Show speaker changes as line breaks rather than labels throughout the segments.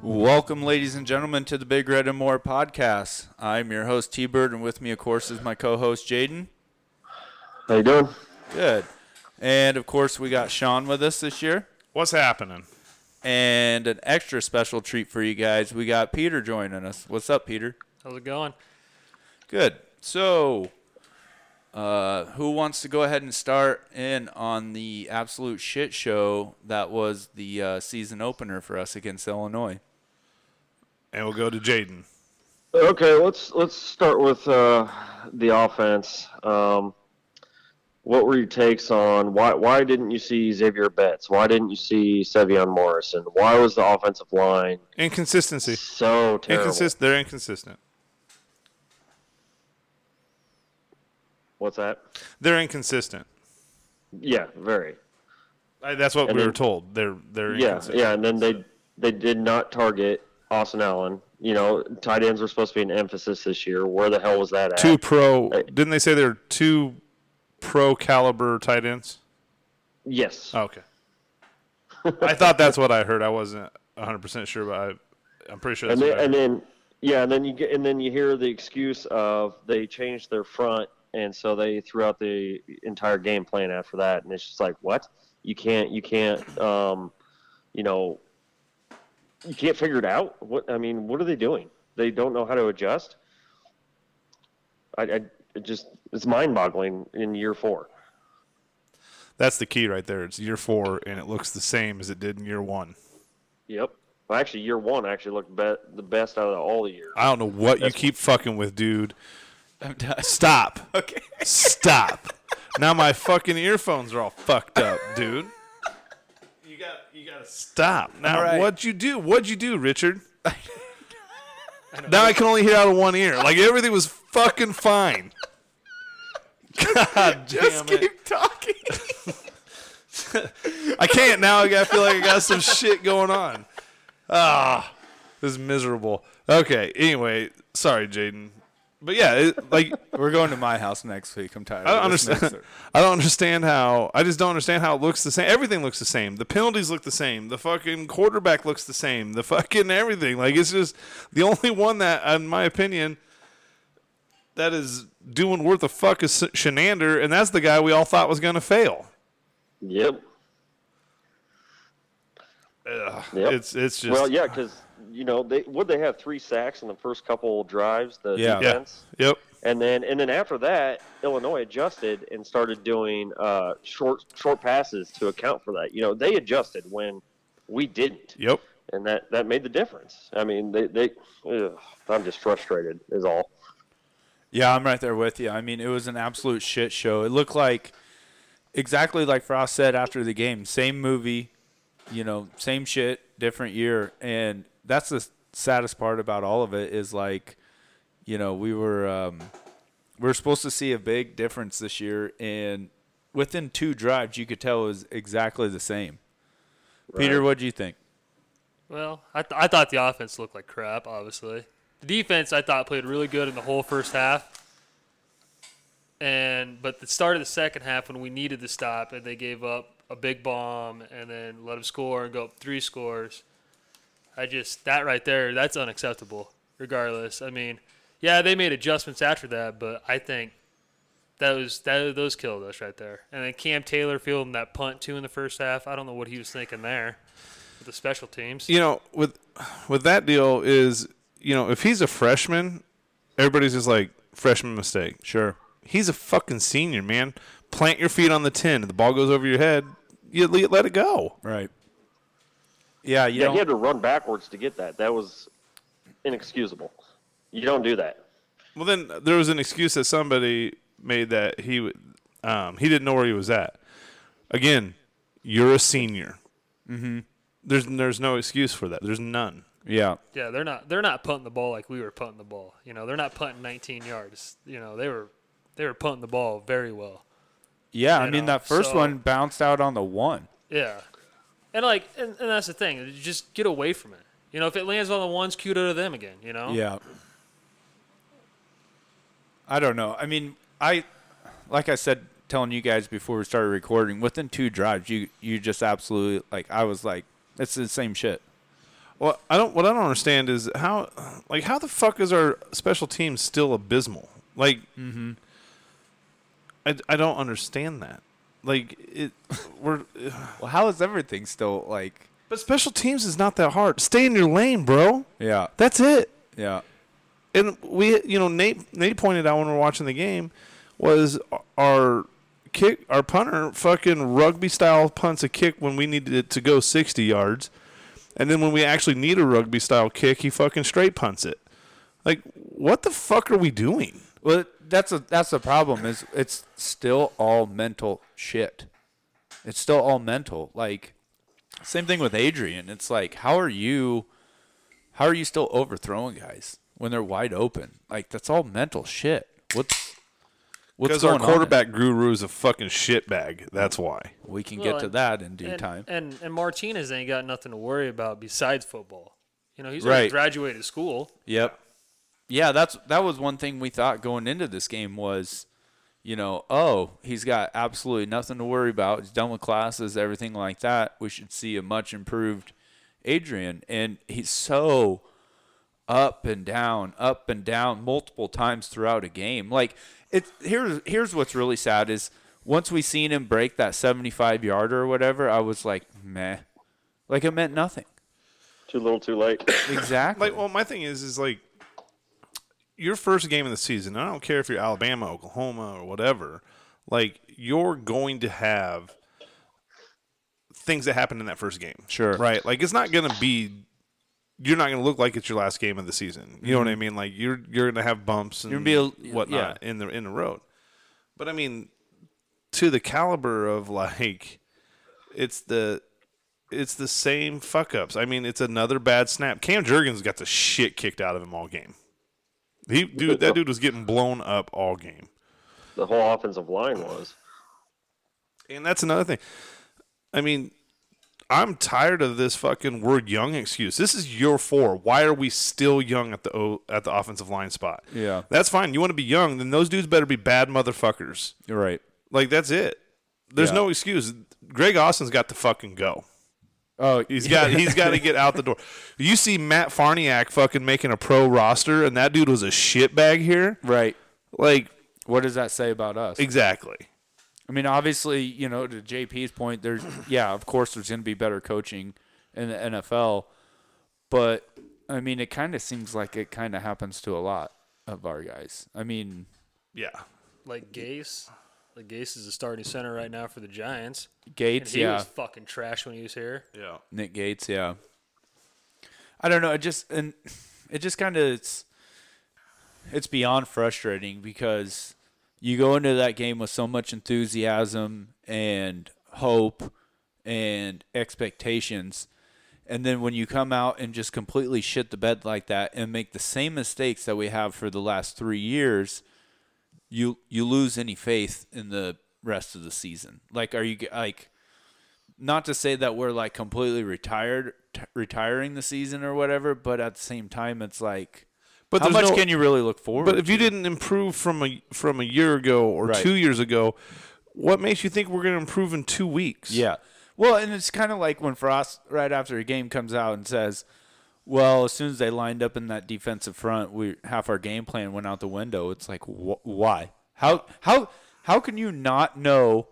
Welcome, ladies and gentlemen, to the Big Red and More podcast. I'm your host T Bird, and with me, of course, is my co-host Jaden.
How you doing?
Good, and of course, we got Sean with us this year,
What's happening?
and an extra special treat for you guys. We got Peter joining us. What's up, Peter?
How's it going?
Good. So, uh, who wants to go ahead and start in on the absolute shit show that was the uh, season opener for us against Illinois?
And we'll go to Jaden.
Okay, let's let's start with uh, the offense. Um, what were your takes on why why didn't you see Xavier Betts? Why didn't you see Sevion Morrison? Why was the offensive line
Inconsistency.
so terrible?
Inconsist- they're inconsistent.
What's that?
They're inconsistent.
Yeah, very.
I, that's what
And
we
then-
were told. They're they're
Yeah,
inconsistent.
yeah, and then they they did not target Austin Allen. You know, tight ends were supposed to be an emphasis this year. Where the hell was that at?
two pro. Didn't they say they're two pro caliber tight ends?
Yes.
Oh, okay. I thought that's what I heard. I wasn't 100 percent sure, but I, I'm pretty sure that's
and then,
what I
and then
heard.
yeah, and then you get and then you hear the excuse of they changed their front, and so they threw out the entire game plan after that, and it's just like what you can't you can't um, you know you can't figure it out. What I mean, what are they doing? They don't know how to adjust. I, I it just it's mind boggling in year four.
That's the key right there. It's year four, and it looks the same as it did in year one.
Yep. Well, actually, year one actually looked be- the best out of all the years.
I don't know what you keep fucking with, dude.
I'm done.
Stop.
Okay.
Stop. now my fucking earphones are all fucked up, dude. You got you got to stop. Now
All right.
what'd you do? What'd you do, Richard? now I can only hear out of one ear. Like everything was fucking fine. God damn it.
talking.
I can't now. I gotta feel like I got some shit going on. Ah, this is miserable. Okay. Anyway, sorry, Jaden. But yeah, it, like
We're going to my house next week. I'm tired.
I don't
of this
understand.
mixer.
I don't understand how. I just don't understand how it looks the same. Everything looks the same. The penalties look the same. The fucking quarterback looks the same. The fucking everything. Like it's just the only one that, in my opinion, that is doing worth a fuck is Shenander, and that's the guy we all thought was gonna fail.
Yep. Yep.
It's it's just
Well, yeah, because you know they would they have three sacks in the first couple drives, the
Yeah.
Yeah.
defense,
Yep.
and then and then after that, Illinois adjusted and started doing uh, short short passes to account for that. You know they adjusted when we didn't,
Yep.
and that that made the difference. I mean they they ugh, I'm just frustrated is all.
Yeah, I'm right there with you. I mean, it was an absolute shit show. It looked like exactly like Frost said after the game. Same movie, you know, same shit, different year. And that's the saddest part about all of it is like, you know, we were um, we were supposed to see a big difference this year, and within two drives, you could tell it was exactly the same. Peter, what do you think?
Well, I, th- I thought the offense looked like crap, obviously. The defense, I thought, played really good in the whole first half. And But the start of the second half, when we needed the stop, and they gave up a big bomb and then let them score and go up three scores, I just, that right there, that's unacceptable, regardless. I mean, yeah, they made adjustments after that, but I think. That was that, those killed us right there, and then Cam Taylor fielding that punt too in the first half. I don't know what he was thinking there with the special teams.
you know with with that deal is you know if he's a freshman everybody's just like freshman mistake
Sure.
he's a fucking senior man plant your feet on the tin if the ball goes over your head you le- let it go
Right. Yeah, you
Yeah,
don't-
he had to run backwards to get that. That was inexcusable. You don't do that.
well then there was an excuse that somebody made that he w- um, he didn't know where he was at again you're a senior mm-hmm. there's there's no excuse for that there's none
yeah.
Yeah, they're not they're not punting the ball like we were punting the ball. You know, they're not punting 19 yards. You know, they were they were punting the ball very well.
Yeah, I
You
mean
know,
that first
so-
one bounced out on the one.
Yeah, and like and, and that's the thing. is Just get away from it. You know, if it lands on the ones, kudo to them again. You know.
Yeah. I don't know. I mean, I like I said telling you guys before we started recording, within two drives you you just absolutely like I was like it's the same shit.
Well, I don't. What I don't understand is how, like, how the fuck is our special team still abysmal? Like, I, I don't understand that. Like it, we're.
Well, how is everything still like?
But special teams is not that hard. Stay in your lane, bro.
Yeah,
That's it.
yeah,
And we, you know, Nate Nate pointed out when we were watching the game was our kick, our punter fucking rugby style punts a kick when we needed it to go 60 yards, and then when we actually need a rugby style kick, he fucking straight punts it. Like, what the fuck are we doing?
Well, that's a that's the problem. Is it's still all mental shit. It's still all mental. Like same thing with Adrian. It's like how are you, how are you still overthrowing guys when they're wide open? Like that's all mental shit. What's what's
Because our
going on?
quarterback guru is a fucking shitbag. That's why.
We can
Well,
get to
and-
that in due
and,
time.
And and Martinez ain't got nothing to worry about besides football. You know, he's
Right.
already graduated school.
Yep. Yeah, that's that was one thing we thought going into this game was, you know, oh, he's got absolutely nothing to worry about. He's done with classes, everything like that. We should see a much improved Adrian, and he's so up and down, up and down multiple times throughout a game. Like it's here's here's what's really sad is once we seen him break that 75 yarder or whatever, I was like, meh, like it meant nothing.
Too little, too late.
Exactly.
Like, well, my thing is, is like your first game of the season. I don't care if you're Alabama, Oklahoma, or whatever. Like, you're going to have things that happen in that first game.
Sure.
Right. Like, it's not going to be. You're not going to look like it's your last game of the season. You know what I mean? Like, you're you're going to have bumps and
You're gonna Mm-hmm. be a-
whatnot in the in the road. But I mean, to the caliber of like, it's the it's the same fuck ups. I mean, it's another bad snap. Cam Jurgens got the shit kicked out of him all game. He dude, that dude was getting blown up all game,
the whole offensive line was.
and that's another thing. I mean, I'm tired of this fucking word young excuse. This is year four. Why are we still young at the o- at the offensive line spot?
Yeah.
that's fine. You want to be young, then those dudes better be bad motherfuckers.
You're right.
Like that's it. There's
Yeah.
no excuse. Greg Austin's got to fucking go.
Oh,
He's got he's got to get out the door. You see Matt Farniak fucking making a pro roster, and that dude was a shitbag here.
Right.
Like
What does that say about us?
exactly.
I mean, obviously, you know, to JP's point, there's yeah, of course, there's going to be better coaching in the NFL, but I mean, it kind of seems like it kind of happens to a lot of our guys. I mean,
Yeah.
Like Gase. Like Gase is the starting center right now for the Giants. And
Gates,
he
yeah,
was fucking trash when he was here.
Yeah.
Nick Gates, yeah. I don't know. It just and it just kind of it's it's beyond frustrating because you go into that game with so much enthusiasm and hope and expectations and then when you come out and just completely shit the bed like that and make the same mistakes that we have for the last 3 years you you lose any faith in the rest of the season like are you g- like not to say that we're like completely retired t- retiring the season or whatever but at the same time it's like
But
how
there's
much
no-
can you really look forward
But if you
to?
didn't improve from a from a year ago or
Right.
two years ago, what makes you think we're going to improve in two weeks?
Yeah. Well, and it's kind of like when Frost, right after a game, comes out and says, well, as soon as they lined up in that defensive front, we half our game plan went out the window. It's like, wh- why? How how how can you not know?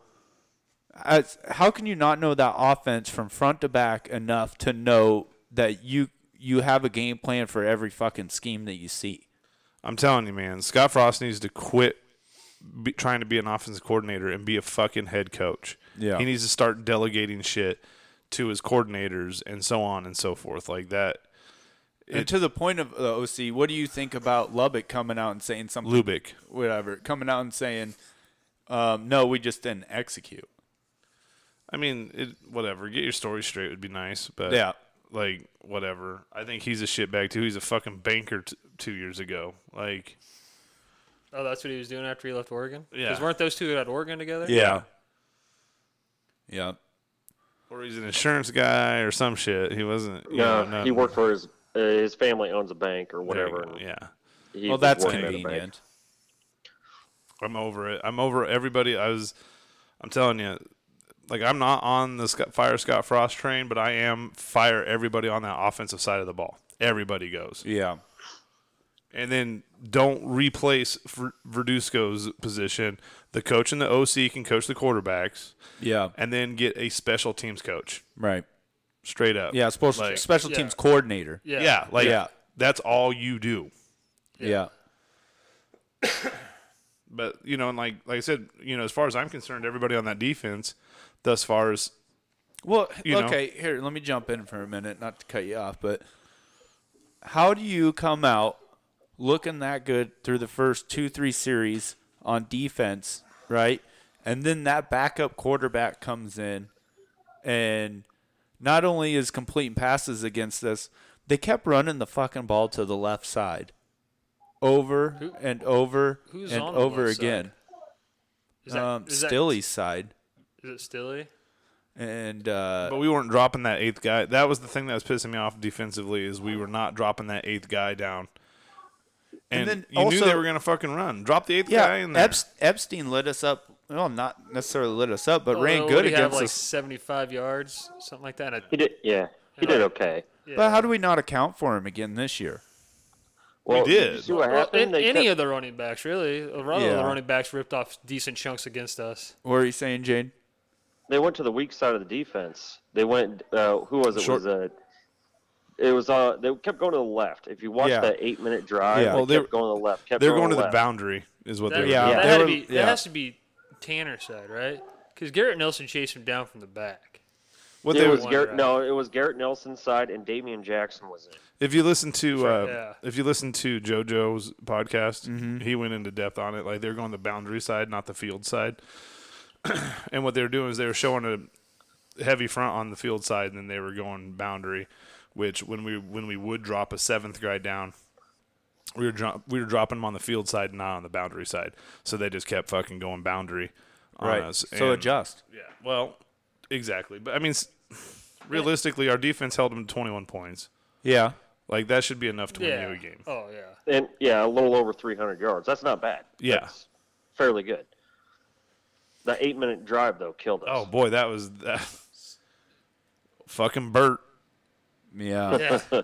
As, how can you not know that offense from front to back enough to know that you you have a game plan for every fucking scheme that you see?
I'm telling you, man. Scott Frost needs to quit be, trying to be an offensive coordinator and be a fucking head coach.
Yeah.
he needs to start delegating shit to his coordinators and so on and so forth like that.
and to the point of the OC, what do you think about Lubbock coming out and saying something?
Lubick.
whatever coming out and saying um, no we just didn't execute
I mean, it, whatever. Get your story straight would be nice, but
Yeah.
like whatever. I think he's a shitbag too. He's a fucking banker t- two years ago. Like,
Oh, that's what he was doing after he left Oregon?
Yeah.
Because weren't those two at Oregon together?
yeah yeah
or he's an insurance guy or some shit. He wasn't. You
Yeah,
know, not-
he worked for his uh, his family owns a bank or
there you
whatever.
go,
and
Yeah,
he
well
was
that's
working at a bank.
convenient
I'm over it. I'm over everybody. I was. I'm telling you, like I'm not on the Scott, fire Scott Frost train, but I am fire everybody on that offensive side of the ball. Everybody goes,
Yeah.
and then don't replace Ver- Verduzco's position. The coach and the OC can coach the quarterbacks,
Yeah.
and then get a special teams coach
Right.
straight up.
Yeah. Special,
Like-
special
yeah.
teams coordinator.
Yeah.
yeah, like
Yeah.
that's all you do.
Yeah.
But you know, and like like I said, you know, as far as I'm concerned, everybody on that defense, thus far as
Well,
You know?
okay. Here, let me jump in for a minute, not to cut you off, but how do you come out looking that good through the first two, three series on defense, right? And then that backup quarterback comes in and not only is completing passes against us, they kept running the fucking ball to the left side over and over
who's
and
on the
over
left side?
again.
Is that,
um,
is that-
Stilly's side.
Is it Stilly?
And uh,
But we weren't dropping that eighth guy. That was the thing that was pissing me off defensively is we were not dropping that eighth guy down. And,
And then
you knew
also-
they were gonna fucking run. Drop the eighth
Yeah,
guy in there.
Epst- Epstein lit us up. Well, not necessarily lit us up, but ran
Although
good
Oh, we have
against
like
us.
75 yards, something like that. and I-
He did. Yeah, he did okay.
But how do we not account for him again this year?
Well,
did.
you see what
Well,
happened?
in-
They
any
kept-
of the running backs, really. A lot of
Yeah.
the running backs ripped off decent chunks against us.
What are you saying, Jade?
they went to the weak side of the defense. They went. Uh, who was it?
Short-
Was uh, it was uh they kept going to the left. If you watch
Yeah.
that eight minute drive,
Yeah.
they
Well,
they're-
kept going to the left. Kept
They're going
to
to the
left.
boundary is what they
That,
were
Yeah.
that,
they
had to
were-
be, that
yeah.
has to be Tanner's side, right? Because Garrett Nelson chased him down from the back.
what
It
they
was
were,
one
Garrett.
drive.
No, it was Garrett Nelson's side, and Damian Jackson was in.
if you listen to uh,
yeah.
if you listen to JoJo's podcast, he went into depth on it. Like they're going the boundary side, not the field side. and what they were doing is they were showing a heavy front on the field side, and then they were going boundary, which when we when we would drop a seventh guy down, we were dro- we were dropping him on the field side, not on the boundary side. So they just kept fucking going boundary on us.
So
and-
adjust.
Yeah. Well, exactly. But I mean, s- realistically, our defense held them to 21 points.
Yeah.
Like that should be enough to
Yeah.
win you a game.
Oh, yeah.
And yeah, a little over 300 yards. That's not bad.
Yeah.
That's fairly good. That eight minute drive though killed us.
Oh boy, that was that. Fucking Bert.
Yeah.
Yeah.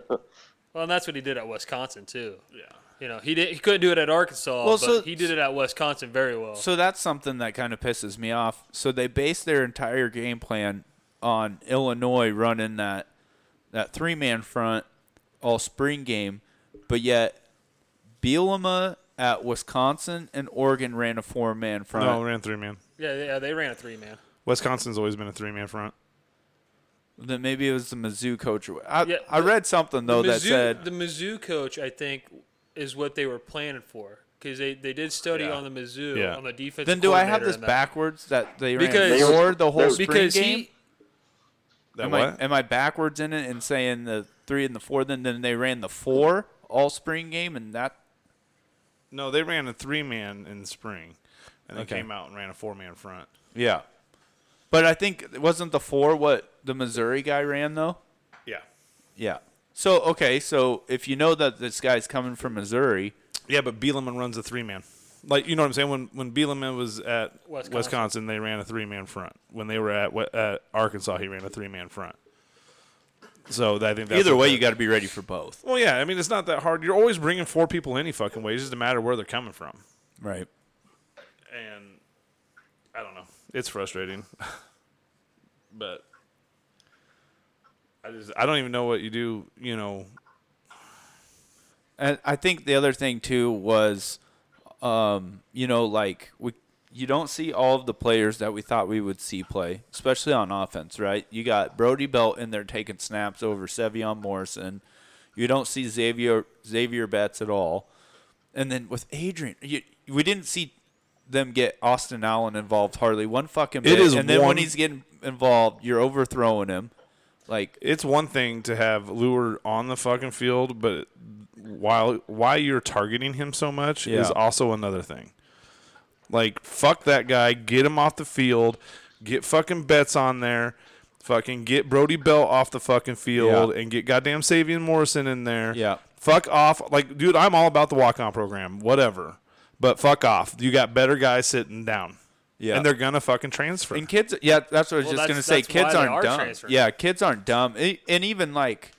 well, and that's what he did at Wisconsin, too.
Yeah.
You know, he, did, he couldn't do it at Arkansas,
Well,
but
so-
he did it at Wisconsin very well.
So that's something that kind of pisses me off. So they base their entire game plan on Illinois running that that three man front all spring game, but yet Bielema at Wisconsin and Oregon ran a four man front.
No, ran three man.
yeah, yeah, they ran a three man.
Wisconsin's always been a three man front.
Then maybe it was the Mizzou coach. or- I,
Yeah,
I read something though that
Mizzou-
said
the Mizzou coach, I think, is what they were planning for because they, they did study
Yeah.
on the Mizzou
Yeah.
on the defense.
Then do I have this
in that.
backwards that they
Because-
ran for the whole
They-
spring
because
game?
he
That
am
what?
I am I backwards in it and saying the three and the four? Then then they ran the four all spring game and that
no, they ran a three man in spring, and they
Okay.
came out and ran a four man front.
yeah. But I think it wasn't the four what the Missouri guy ran though.
Yeah.
Yeah. So okay, so if you know that this guy's coming from Missouri,
Yeah, but Bieleman runs a three man. Like you know what I'm saying? When when Bieleman was at Wisconsin,
Wisconsin.
they ran a three man front. When they were at Wa- at Arkansas, he ran a three man front. So I think that's
either
what
way,
that-
you got to be ready for both.
Well, yeah. I mean, it's not that hard. You're always bringing four people any fucking way. It doesn't matter where they're coming from.
Right.
And I don't know. It's frustrating, but I just I don't even know what you do. You know,
And I think the other thing too was, um, you know, like we you don't see all of the players that we thought we would see play, especially on offense, right? You got Brody Belt in there taking snaps over Sevion Morrison. You don't see Xavier Xavier Betts at all, and then with Adrian, you, we didn't see them get Austin Allen involved hardly one fucking bit.
is
and then
one-
when he's getting involved, you're overthrowing him. Like
it's one thing to have Lure on the fucking field, but while why you're targeting him so much is
Yeah.
also another thing. Like fuck that guy, get him off the field, get fucking bets on there, fucking get Brody Bell off the fucking field,
Yeah.
and get goddamn Savion Morrison in there.
Yeah.
fuck off. Like dude, I'm all about the walk on program, whatever, but fuck off. You got better guys sitting down.
Yeah.
and they're gonna fucking transfer.
And kids, yeah, that's what I was
Well,
just gonna
that's-
say.
that's why
Kids
they
aren't
are
dumb.
transferring.
Yeah, kids aren't dumb, E- and even like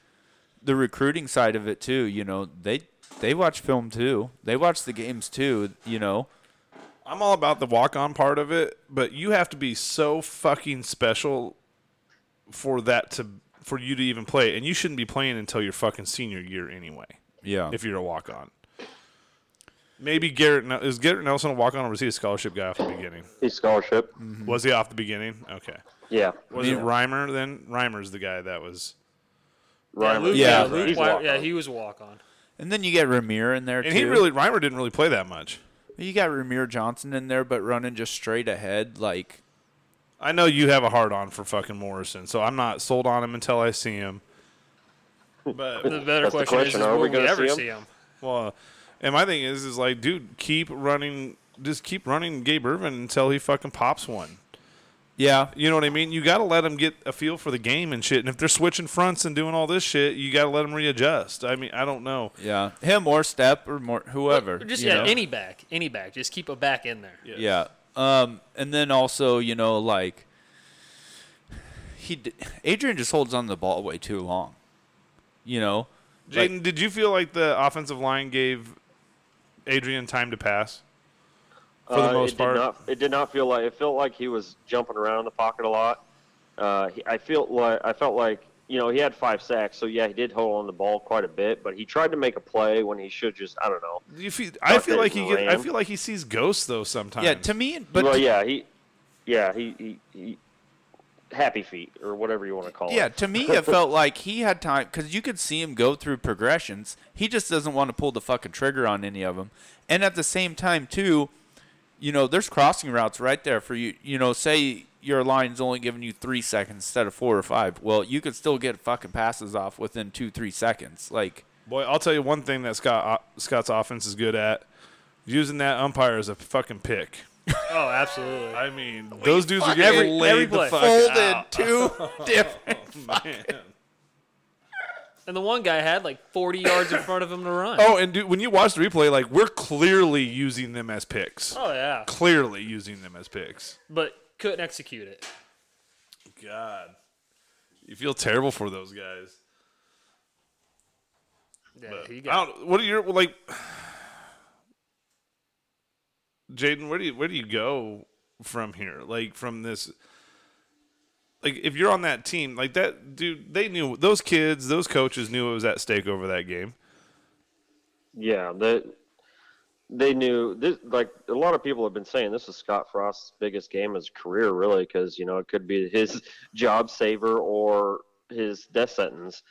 the recruiting side of it too. You know, they they watch film too. They watch the games too. You know,
I'm all about the walk on part of it, but you have to be so fucking special for that to for you to even play, and you shouldn't be playing until your fucking senior year anyway.
yeah,
If you're a walk on, maybe Garrett Nel- is Garrett Nelson a walk on or was he a scholarship guy off the beginning?
He's scholarship.
Was he off the beginning? Okay.
Yeah.
Was it Reimer then? Reimer's the guy that was,
Yeah,
Reimer-
Luke,
Yeah.
yeah, Luke
He's
Wire-
walk-on.
yeah, he was a walk on.
and then you get Ramir in there
and
too.
he really Reimer didn't really play that much.
you got Ramir Johnson in there, but running just straight ahead, like
I know you have a hard on for fucking Morrison, so I'm not sold on him until I see him. But
The better
That's the
question,
question,
is, is
are
will
we
we,
gonna
ever
see
see him?
Well, and my thing is, is like, dude, keep running, just keep running Gabe Irvin until he fucking pops one.
yeah,
You know what I mean? You got to let him get a feel for the game and shit. And if they're switching fronts and doing all this shit, you got to let him readjust. I mean, I don't know.
yeah, him or Step or more whoever.
Just
you
yeah,
know?
any back, any back. Just keep a back in there.
Yeah.
Yeah. Um, and then also, you know, like he, d- Adrian just holds on to the ball way too long. You know,
Jaden,
Like-
did you feel like the offensive line gave Adrian time to pass? For the
Uh,
most
it
part.
Did not, it did not feel like it felt like he was jumping around in the pocket a lot. Uh, he, I felt like I felt like you know he had five sacks, so yeah, he did hold on the ball quite a bit, but he tried to make a play when he should just I don't know.
You feel, I feel
Fucking
like he get, I
ran.
feel like he sees ghosts though sometimes.
yeah. To me, but
well, yeah, he, yeah, he, he, he, happy feet or whatever you want to call
yeah,
it.
to me, it felt like he had time because you could see him go through progressions. He just doesn't want to pull the fucking trigger on any of them. And at the same time, too, you know, there's crossing routes right there for you. You know, say your line's only giving you three seconds instead of four or five. Well, you could still get fucking passes off within two, three seconds. Like,
Boy, I'll tell you one thing that Scott uh, Scott's offense is good at using that umpire as a fucking pick.
Oh, absolutely.
I mean, those dudes are
fuck
getting
every-
laid
every
the
play.
fuck
folded
out.
two different.
Man.
And the one guy had like 40 yards in front of him to run.
Oh, and dude, when you watch the replay, like we're clearly using them as picks.
Oh, yeah,
Clearly using them as picks.
but couldn't execute it.
God, you feel terrible for those guys.
Yeah, he got
I don't, what are your like, Jaden? Where do you where do you go from here? Like from this, like if you're on that team, like that dude, they knew those kids, those coaches knew it was at stake over that game.
Yeah, that they knew this. Like a lot of people have been saying, this is Scott Frost's biggest game of his career, really, because you know it could be his job saver or his death sentence.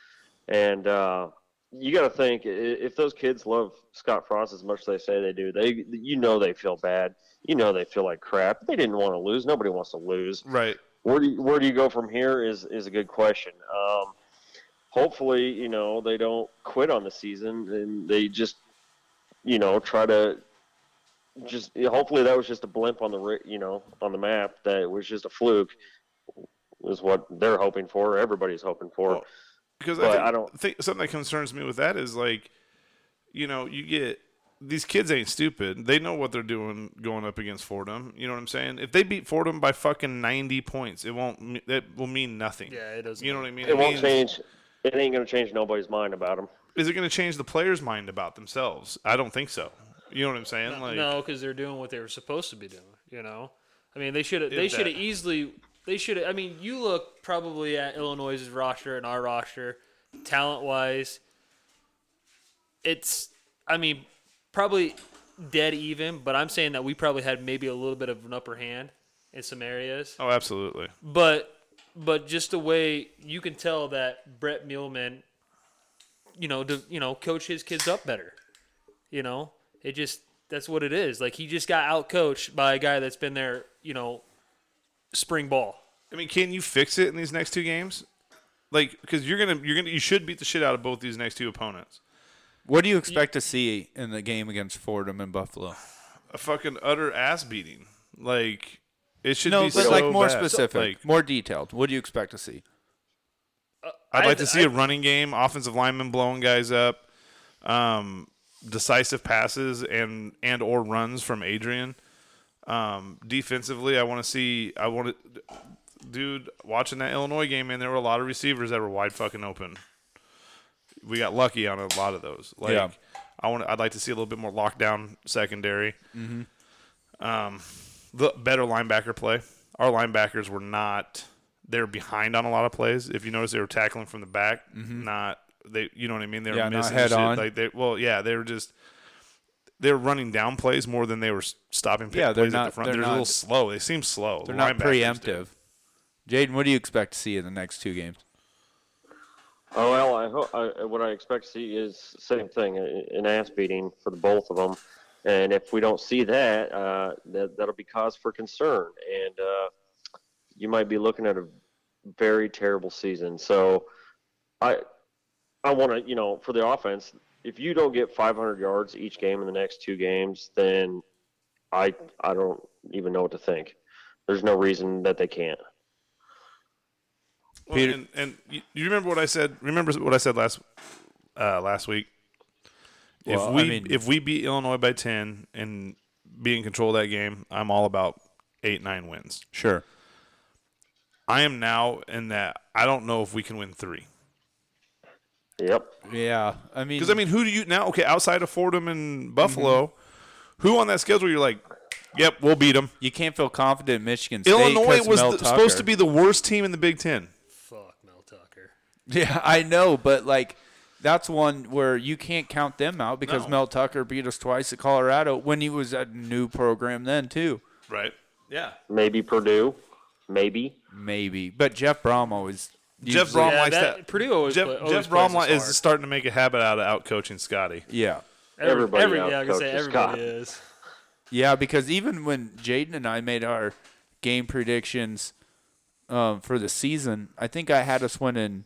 And uh, you got to think i- if those kids love Scott Frost as much as they say they do, they you know they feel bad. You know they feel like crap. They didn't want to lose. Nobody wants to lose.
Right.
where do you, where do you go from here is is a good question. Um, hopefully, you know they don't quit on the season and they just you know try to just hopefully that was just a blimp on the ri- you know on the map that it was just a fluke is what they're hoping for. Everybody's hoping for.
Well, because I,
But
think,
I don't-
think something that concerns me with that is like, you know, you get these kids ain't stupid. They know what they're doing going up against Fordham. You know what I'm saying? If they beat Fordham by fucking 90 points, it won't. me- That will mean nothing.
Yeah, it doesn't
You know what I mean?
it, won't
means-
change. It ain't gonna change nobody's mind about them.
Is it going to change the players' mind about themselves? I don't think so. You know what I'm saying? like,
no, because they're doing what they were supposed to be doing. You know, I mean, they should have. They
that-
should have easily. They should have. I mean, you look probably at Illinois' roster and our roster, talent wise. It's. I mean, probably dead even, but I'm saying that we probably had maybe a little bit of an upper hand in some areas.
Oh, absolutely.
But but just the way you can tell that Brett Muehlman, you know, to, you know, coach his kids up better. You know, it just that's what it is. Like he just got out coached by a guy that's been there, you know, spring ball.
I mean, can you fix it in these next two games? Like, because you're gonna, you're gonna, you should beat the shit out of both these next two opponents.
What do you expect to see in the game against Fordham and Buffalo?
a fucking utter ass beating. Like it should
No,
be
but
so
like more
bad.
specific,
Like,
more detailed. What do you expect to see?
I'd
I-
like to see
I-
a running game, offensive lineman blowing guys up, um, decisive passes and and or runs from Adrian. Um, defensively, I want to see. I want to, dude. Watching that Illinois game, man, there were a lot of receivers that were wide fucking open. We got lucky on a lot of those. Like,
Yeah.
I want. I'd like to see a little bit more lockdown secondary. Mm-hmm. Um, the better linebacker play. Our linebackers were not. They're behind on a lot of plays. If you notice, they were tackling from the back, not they. You know what I mean? They were
Mm-hmm. Yeah, not
missing
head
shit.
on.
Like they, well, yeah, they were just they were running down plays more than they were s- stopping pick
Yeah, they're
plays at the
not-
front.
they're
They're,
not-
a little slow. They seem slow.
They're not
preemptive.
preemptive. Jaden, what do you expect to see in the next two games?
Oh well, I hope I, what I expect to see is same thing, a- an ass beating for the both of them, and if we don't see that, uh, that that'll be cause for concern, and uh, you might be looking at a very terrible season. So, I I want to you know for the offense, if you don't get 500 yards each game in the next two games, then I I don't even know what to think. There's no reason that they can't.
Well,
Peter-
and, and you, you remember what I said? Remember what I said last uh, last week?
Well, I
if we
mean-
if we beat Illinois by ten and be in control of that game, I'm all about eight nine wins.
Sure.
I am now in that I don't know if we can win three.
Yep.
Yeah, I mean,
Because I mean, who do you now? Okay, outside of Fordham and Buffalo,
Mm-hmm.
who on that schedule you're like, yep, we'll beat them.
you can't feel confident in Michigan State. 'cause
Illinois was
Mel
the, supposed
Tucker.
to be the worst team in the Big Ten.
Fuck Mel Tucker.
Yeah, I know, but like that's one where you can't count them out because
No.
Mel Tucker beat us twice at Colorado when he was at a new program then too.
Right. Yeah.
Maybe Purdue. Maybe.
Maybe, but Jeff Brom always.
Jeff
usually-
Brom
Yeah,
likes
that-
that.
Purdue always
Jeff,
play- always
Jeff
plays
Brom
us
li- is
hard.
starting to make a habit out of out coaching Scotty.
Yeah,
Everybody
every, yeah, I can
outcoaches
say
Scott.
everybody is.
yeah, because even when Jaden and I made our game predictions um, for the season, I think I had us winning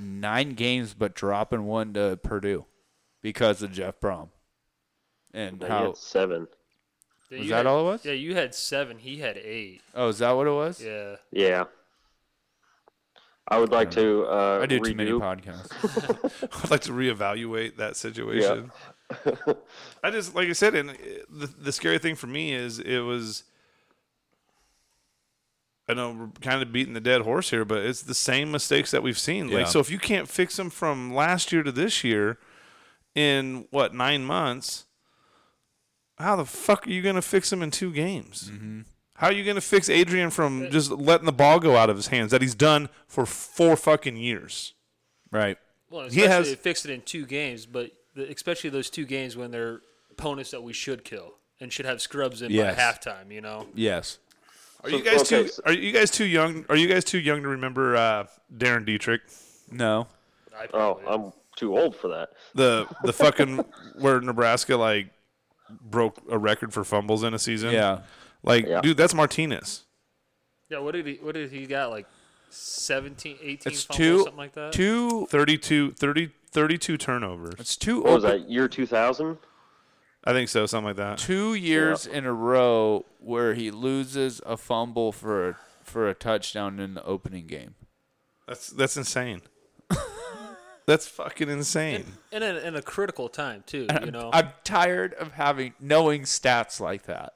nine games but dropping one to Purdue because of Jeff Brom. And
They
how?
had seven.
Yeah,
Was
you
that
had-
all it was?
Yeah, you had seven. He had eight.
Oh, is that what it was?
Yeah.
Yeah. I would like to. Uh,
I do
redo,
too many podcasts.
I'd like to reevaluate that situation. I just, like I said, and uh, the, the scary thing for me is it was. I know we're kind of beating the dead horse here, but it's the same mistakes that we've seen.
Yeah.
Like, so if you can't fix them from last year to this year in what, nine months, how the fuck are you going to fix them in two games? How are you going to fix Adrian from just letting the ball go out of his hands that he's done for four fucking years?
Right.
Well,
He
especially
has-
they fixed it in two games, but the, especially those two games when they're opponents that we should kill and should have scrubs in
Yes.
by halftime. You know,
Yes.
Are
So-
you guys
okay,
too?
so-
Are you guys too young? Are you guys too young to remember uh, Darren Dietrich,
No.
I
Oh,
probably-
I'm too old for that.
the the fucking where Nebraska like broke a record for fumbles in a season?
Yeah.
like
Yeah.
dude, that's Martinez.
yeah. What did he? What did he got? Like 17, 18
It's
fumbles,
two.
something like that.
Two.
32, 30, 32 turnovers.
It's two.
What was
open-
that? Year 2000?
I think so, something like that.
Two years in a row where he loses a fumble for a, for a touchdown in the opening game.
That's that's insane. that's fucking insane.
and in, in a critical time too. You know,
I'm tired of having knowing stats like that.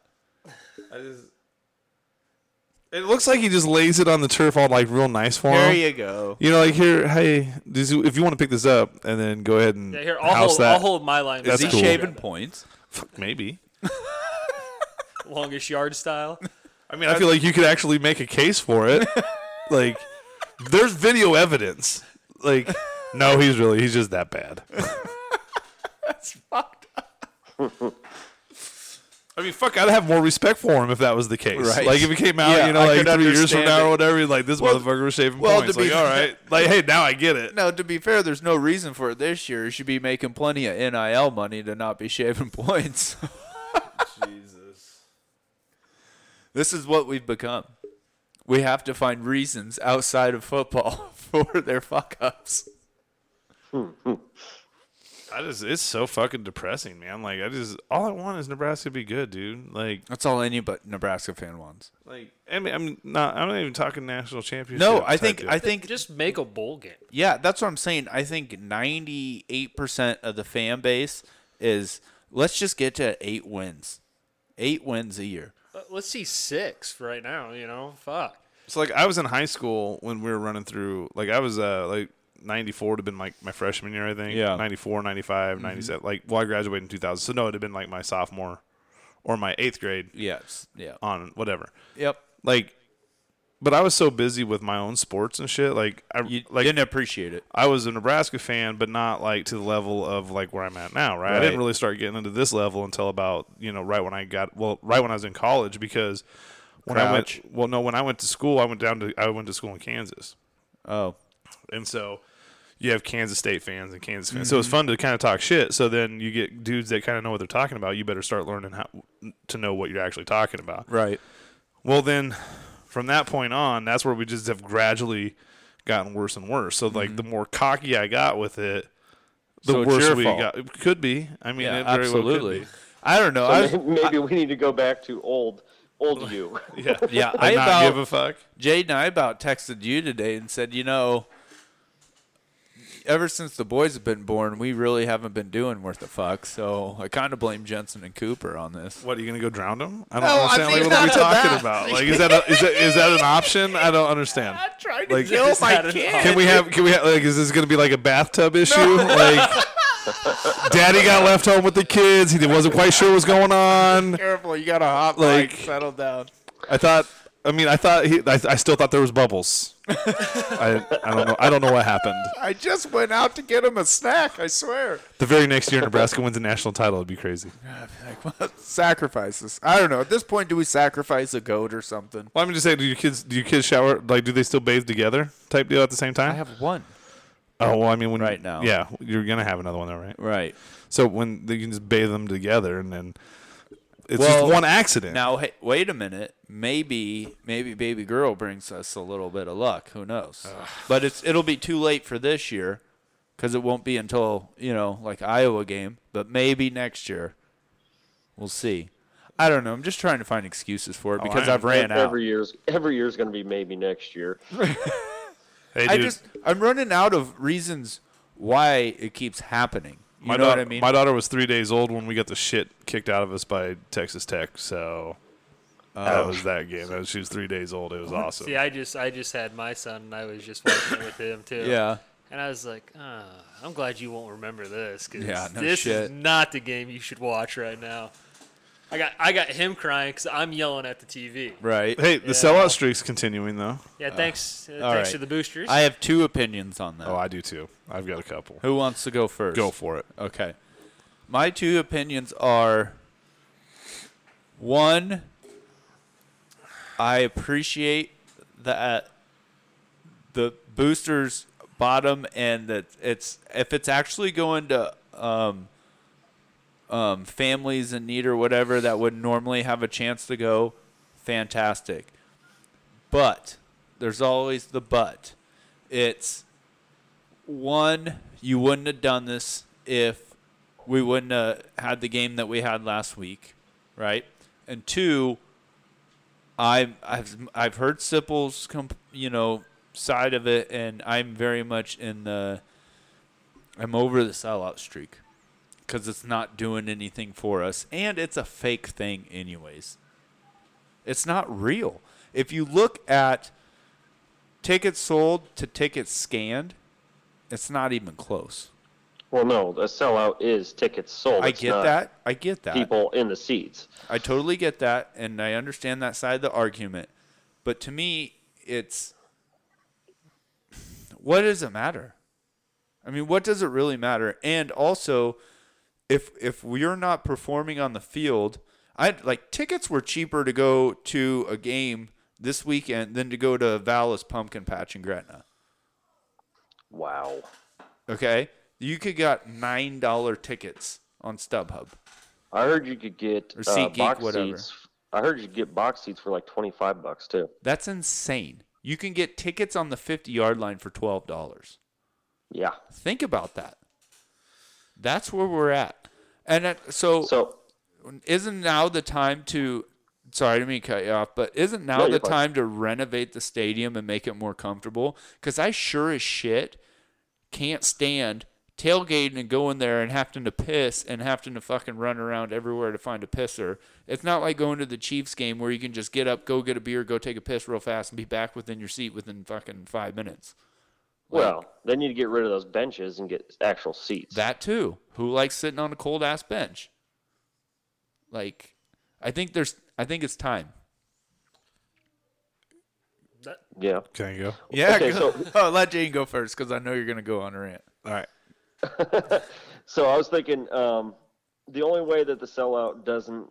It looks like he just lays it on the turf all like real nice for
There
him.
you go.
You know, like here, hey, this, is- if you want to pick this up, and then go ahead and
yeah, here I'll
house
hold,
that.
I'll hold my line.
That's
Is he
cool.
shaving points?
Fuck, maybe.
longest yard style.
I mean, I feel like you could actually make a case for it. like, there's video evidence. Like, no, he's really he's just that bad.
That's fucked. Up.
I mean, fuck, I'd have more respect for him if that was the case.
Right.
Like, if it came out,
Yeah,
you know,
I
like
could
three years from
understand
now
it.
or whatever, you're like this motherfucker was shaving
well,
points.
to be
Like, all right, like, hey, now I get it.
No, to be fair, there's no reason for it this year. He should be making plenty of NIL money to not be shaving points.
Jesus.
This is what we've become. We have to find reasons outside of football for their fuck ups.
I just, it's so fucking depressing, man. Like, I just, all I want is Nebraska to be good, dude. Like,
That's all any but Nebraska fan wants.
like, I mean, I'm not, I'm not even talking national championship.
No, I
type
think
deal.
I think
Just make a bowl game.
yeah, that's what I'm saying. I think 98% of the fan base is let's just get to 8 wins. Eight wins a year.
Let- Let's see six for right now. You know, fuck.
So like I was in high school when we were running through like I was uh like 94 would have been like my freshman year I think
Yeah.
94 95 97 like well I graduated in 2000 so no it'd have been like my sophomore or my 8th grade
Yes. Yeah.
on whatever
Yep.
like but I was so busy with my own sports and shit like I
You
like
didn't appreciate it.
I was a Nebraska fan, but not like to the level of like where I'm at now, right? I
Right.
didn't really start getting into this level until about you know right when I got well right when I was in college because when I
Crouch.
went well no when I went to school I went down to I went to school in Kansas
Oh.
and so you have Kansas State fans and Kansas fans so it's
Mm-hmm.
fun to kind of talk shit so then you get dudes that kind of know what they're talking about you better start learning how to know what you're actually talking about
Right.
well, then from that point on, that's where we just have gradually gotten worse and worse. So, like, the more cocky I got with it,
Mm-hmm.
the
So it's
worse
your
we
fault.
got. It could be. I mean,
Yeah.
it very
absolutely.
Well
I don't know. I was,
So may- maybe we need to go back to old old you.
could be. Yeah.
yeah. I
And not
about
give a fuck.
Jade and I about texted you today and said, you know, ever since the boys have been born, we really haven't been doing worth a fuck. So I kind of blame Jensen and Cooper on this.
What are you gonna go drown them? I don't
No, I
understand.
mean,
Like, what are we
not
talking
that.
about? Like, is that a, is that is that an option? I don't understand.
tried
to Like, kill
my kid.
Can we have? Can we have? Like, is this gonna be like a bathtub issue? Like, daddy got left home with the kids. He wasn't quite sure what was going on.
Careful, you got to hop
like,
settle down.
I thought. I mean, I thought he. I, I still thought there was bubbles. I, I don't know. I don't know what happened.
I just went out to get him a snack. I swear.
The very next year, Nebraska wins a national title. It'd be crazy.
Like what? sacrifices? I don't know. At this point, do we sacrifice a goat or something?
Well, I'm just saying. Do your kids? Do your kids shower? Like, do they still bathe together? Type deal at the same time.
I have one.
oh well, I mean, when
Right now.
Yeah, you're gonna have another one though, right?
Right
So when you can just bathe them together, and then it's
Well,
just one accident.
now, hey, wait a minute. Maybe, maybe baby girl brings us a little bit of luck. Who knows? But it's it'll be too late for this year because it won't be until you know, like Iowa game. But maybe next year, we'll see. I don't know. I'm just trying to find excuses for it because
I
I've ran out.
every year's every year's going to be maybe next year.
hey,
I
dude,
just I'm running out of reasons why it keeps happening. You
my
know what
daugh-
I mean?
My daughter was three days old when we got the shit kicked out of us by Texas Tech. So. that was that game. That was- She was three days old. It was awesome.
See, I just I just had my son, and I was just watching it with him too.
yeah.
And I was like, ah, I'm glad you won't remember this because
Yeah, no
this
shit.
is not the game you should watch right now. I got I got him crying because I'm yelling at the TV.
Right.
Hey, the sellout streak's continuing though.
Yeah, thanks, uh,
Oh. all
thanks
right.
to the boosters.
I have two opinions on that.
Oh, I do too. I've got a couple.
Who wants to go first?
Go for it.
Okay. My two opinions are one, I appreciate that the boosters bottom and that it's if it's actually going to um, um, families in need or whatever that would normally have a chance to go, fantastic. But there's always the but. It's one, you wouldn't have done this if we wouldn't have had the game that we had last week, right? And two, I I've I've heard Sipple's comp, you know side of it, and I'm very much in the I'm over the sellout streak because it's not doing anything for us, and it's a fake thing anyways. It's not real. If you look at tickets sold to tickets scanned, it's not even close.
Well, no, a sellout is tickets sold.
I
It's
get
not
that. I get that.
People in the seats.
I totally get that, and I understand that side of the argument. But to me, it's what does it matter? I mean, what does it really matter? And also, if if we're not performing on the field, I like tickets were cheaper to go to a game this weekend than to go to Vallis Pumpkin Patch in Gretna.
Wow.
Okay, you could got nine dollar tickets on StubHub.
I heard you could get
Or
uh,
SeatGeek,
box
whatever.
seats. I heard you could get box seats for like twenty five bucks too.
That's insane. You can get tickets on the 50 yard line for $12.
Yeah.
Think about that. That's where we're at. And that, so,
So
isn't now the time to, sorry, I didn't mean to cut you off, but isn't now
No,
the
you're fine.
time to renovate the stadium and make it more comfortable? Because I sure as shit can't stand
tailgating and going there and having to piss and having to fucking run around everywhere to find a pisser. It's not like going to the Chiefs game where you can just get up, go get a beer, go take a piss real fast, and be back within your seat within fucking five minutes.
Well, they need to get rid of those benches and get actual seats.
That too. Who likes sitting on a cold ass bench? Like, I think there's. I think it's time.
yeah.
Can I go?
Yeah.
Okay,
go-
so-
oh, let Jane go first because I know you're gonna go on a rant.
All right.
So I was thinking, um, the only way that the sellout doesn't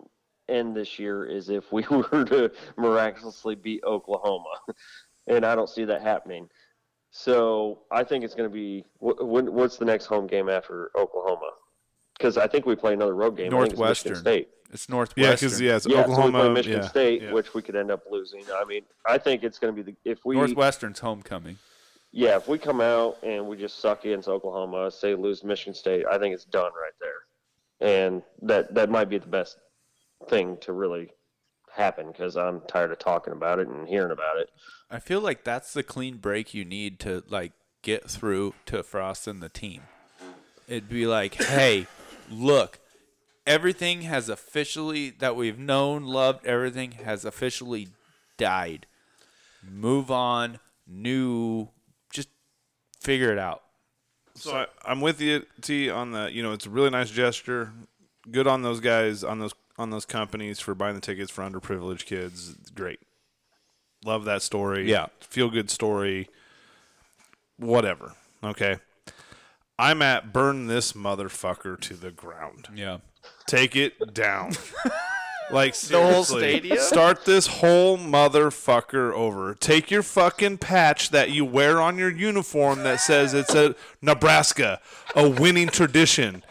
end this year is if we were to miraculously beat Oklahoma, and I don't see that happening. So I think it's going to be wh- when, what's the next home game after Oklahoma? Because I think we play another road game. I think it's
Northwestern.
Michigan State.
It's Northwestern.
Yeah, because yeah, it's
yeah, so we
Oklahoma.
play Michigan
yeah,
State,
yeah.
which we could end up losing. I mean, I think it's going to be the if we
Northwestern's homecoming.
yeah if we come out and we just suck against Oklahoma, say lose to Michigan State, I think it's done right there, and that that might be the best thing to really happen because I'm tired of talking about it and hearing about it.
I feel like that's the clean break you need to like get through to Frost and the team. It'd be like, hey, look, everything has officially that we've known, loved, everything has officially died. Move on, new, just figure it out.
So I, I'm with you, T, on the. You know, it's a really nice gesture. Good on those guys on those on those companies for buying the tickets for underprivileged kids. Great. Love that story.
Yeah.
Feel good story. Whatever. Okay. I'm at burn this motherfucker to the ground.
Yeah.
Take it down. like seriously, start this whole motherfucker over. Take your fucking patch that you wear on your uniform that says it's a Nebraska, a winning tradition.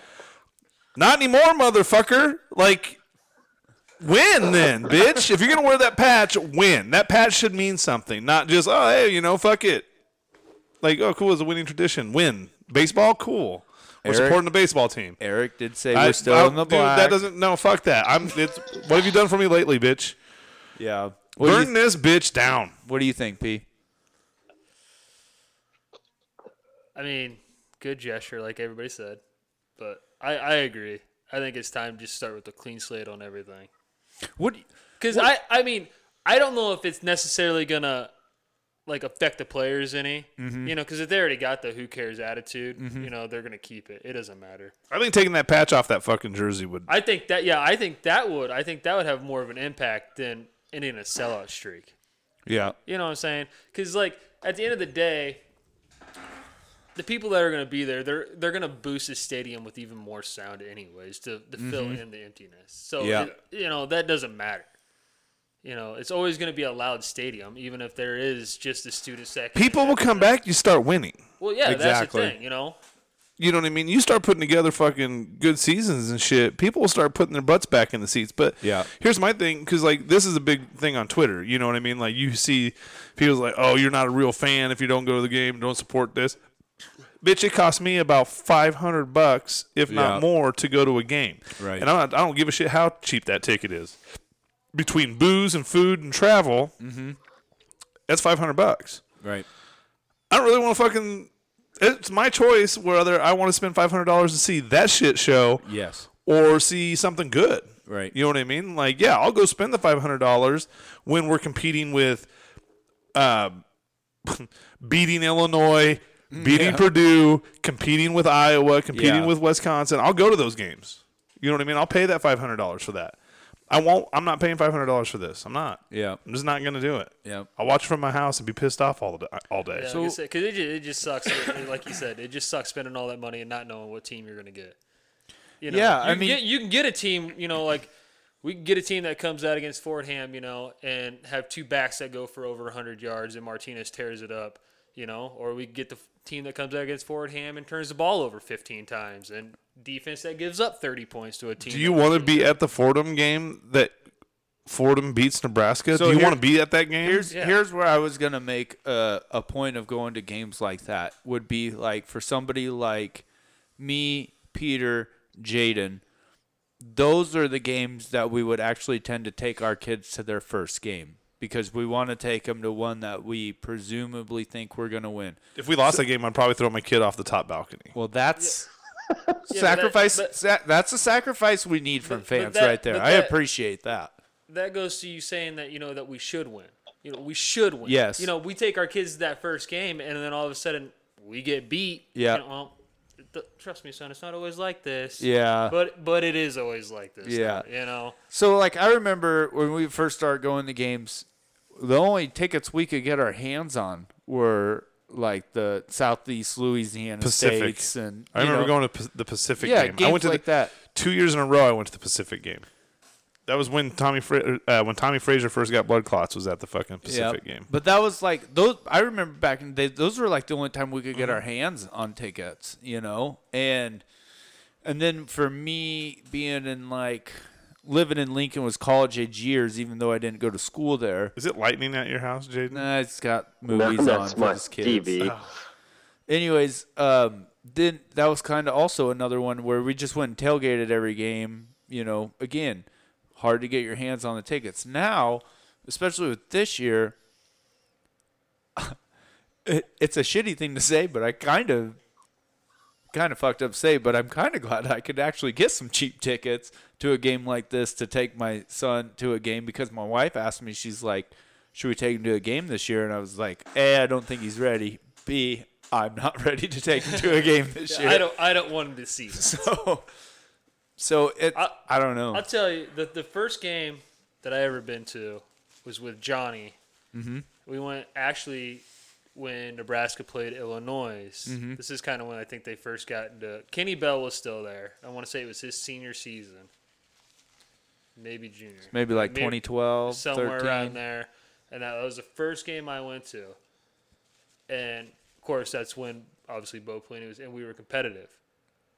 Not anymore, motherfucker. Like win then, bitch. If you're gonna wear that patch, win. That patch should mean something, not just oh hey, you know, fuck it. Like oh cool, it's a winning tradition. Win baseball, cool. We're
Eric-
supporting the baseball team.
Eric did say
I-
we're still
I-
in the
dude,
black.
that doesn't. No, fuck that. I'm. It's. what have you done for me lately, bitch?
yeah. What do, you,
Burn this bitch down.
what do you think, P?
I mean, good gesture, like everybody said, but I, I agree. I think it's time to just start with a clean slate on everything.
What?
Because I, I mean, I don't know if it's necessarily gonna like affect the players any.
Mm-hmm.
You know, because if they already got the who cares attitude, you know, they're gonna keep it. It doesn't matter.
I think taking that patch off that fucking jersey would.
I think that yeah, I think that would I think that would have more of an impact than ending a sellout streak.
Yeah.
You know what I'm saying? Because like at the end of the day, the people that are going to be there, they're they're going to boost the stadium with even more sound, anyways, to, to fill
Mm-hmm.
in the emptiness. So
Yeah.
it- you know that doesn't matter. You know, it's always going to be a loud stadium, even if there is just a student section.
People will come back. You start winning.
Well, yeah,
Exactly.
that's the thing. You know,
You know what I mean? You start putting together fucking good seasons and shit. People will start putting their butts back in the seats. But
Yeah.
here's my thing, because like this is a big thing on Twitter. You know what I mean? Like you see people like, oh, you're not a real fan if you don't go to the game, don't support this. Bitch, it cost me about five hundred bucks, if
Yeah.
not more, to go to a game.
Right.
And I'm not, I don't give a shit how cheap that ticket is. Between booze and food and travel,
Mm-hmm.
that's five hundred bucks.
Right.
I don't really want to fucking. It's my choice whether I want to spend five hundred dollars to see that shit show
Yes.
or see something good.
Right.
You know what I mean? Like, yeah, I'll go spend the five hundred dollars when we're competing with, um, beating Illinois, beating Purdue, competing with Iowa, competing
Mm, Yeah.
with Wisconsin. I'll go to those games. You know what I mean? I'll pay that five hundred dollars for that. I won't. I'm not paying five hundred dollars for this. I'm not.
Yeah.
I'm just not gonna do it.
Yeah.
I'll watch it from my house and be pissed off all the all day.
yeah, because it, ju- it just sucks. like you said, it just sucks spending all that money and not knowing what team you're going to get. You know,
Yeah,
you
I
can
mean-
get, you can get a team. You know, like we can get a team that comes out against Fordham, you know, and have two backs that go for over 100 yards, and Martinez tears it up. You know, or we get the f- team that comes out against Fordham and turns the ball over 15 times, and defense that gives up 30 points to a team.
Do you
that-
want to be at the Fordham game that Fordham beats Nebraska?
So
Do you
here-
want to be at that game?
Here's
Yeah.
here's where I was gonna make a, a point of going to games like that would be like for somebody like me, Peter, Jaden. Those are the games that we would actually tend to take our kids to their first game because we want to take them to one that we presumably think we're going to win.
If we lost that game, I'd probably throw my kid off the top balcony.
Well, that's
Yeah, but that-
sacrifice.
but-
sa- that's a sacrifice we need from
But- but
fans
that-
right there.
but
I
that-
appreciate that.
that goes to you saying that you know that we should win. You know, we should win.
Yes.
You know, we take our kids to that first game, and then all of a sudden we get beat.
Yeah.
You know, well, th- trust me, son. It's not always like this.
Yeah.
But but it is always like this.
Yeah.
though, you know.
So like I remember when we first started going to games, the only tickets we could get our hands on were like the Southeast Louisiana
Pacific.
states and
I
you
remember
know,
going to P- the Pacific
yeah
game.
games
I went to
like
the,
that.
two years in a row. I went to the Pacific game. That was when Tommy Fra- uh, when Tommy Frazier first got blood clots. Was at the fucking Pacific
Yeah.
game.
But that was like those. I remember back in the day, those were like the only time we could get our hands on tickets, you know. And and then for me being in like living in Lincoln was college age years, even though I didn't go to school there.
Is it lightning at your house, Jaden?
Nah, it's got
No,
movies on
that's
for Oh.
my
his kids.
TV.
Anyways, um, then that was kind of also another one where we just went and tailgated every game. You know, again, hard to get your hands on the tickets now, especially with this year. It, it's a shitty thing to say, but I kind of, kind of fucked up to say, but I'm kind of glad I could actually get some cheap tickets to a game like this to take my son to a game because my wife asked me, she's like, "Should we take him to a game this year?" And I was like, "A, I don't think he's ready. B, I'm not ready to take him to a game this year."
I don't I don't want him to see.
So, so it. I,
I-
don't know.
I'll tell you the the first game that I ever been to was with Johnny. Mm-hmm. We went actually when Nebraska played Illinois.
Mm-hmm.
This is kind of when I think they first got into. Kenny Bell was still there. I want to say it was his senior season, maybe junior,
Maybe like
Maybe
2012,
somewhere
13.
around there. And that was the first game I went to. And of course, that's when obviously Bo Pelini was, and we were competitive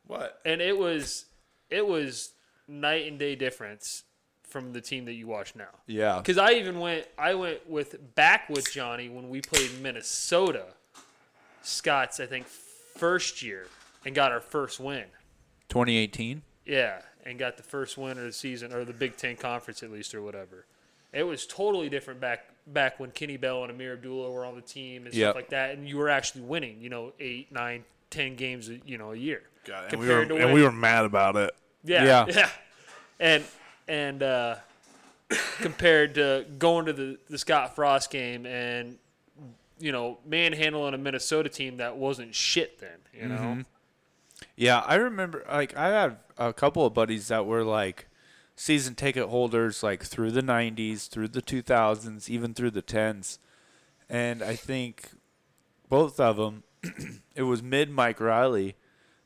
What?
and it was it was night and day difference from the team that you watch now.
Yeah.
Because I even went I went with back with Johnny when we played Minnesota, Scott's I think first year and got our first win.
2018.
Yeah, and got the first win of the season or the Big Ten conference at least or whatever. It was totally different back back when Kenny Bell and Amir Abdullah were on the team and
Yep.
stuff like that, and you were actually winning, you know, eight, nine, ten games, you know, a year.
and, we were,
Compared to
and
when-
we were mad about it.
Yeah.
Yeah.
Yeah. And and uh, compared to going to the, the Scott Frost game and you know, manhandling a Minnesota team that wasn't shit then, you know.
Mm-hmm.
Yeah, I remember like I had a couple of buddies that were like season ticket holders like through the 90s, through the 2000s, even through the 10s. And I think both of them it was mid Mike Riley.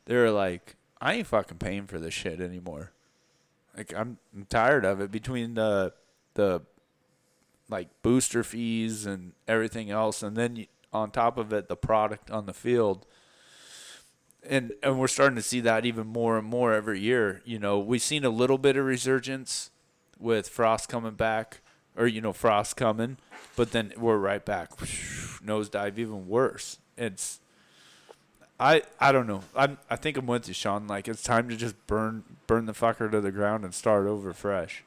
They were like, "I ain't fucking paying for this shit anymore." Like I'm, I'm tired of it between the the like booster fees and everything else and then you, on top of it the product on the field and and we're starting to see that even more and more every year. You know, we've seen a little bit of resurgence with Frost coming back, or you know, Frost coming, but then we're right back, nosedive even worse. It's I I don't know. I'm I think I'm with you, Sean. Like it's time to just burn burn the fucker to the ground and start over fresh.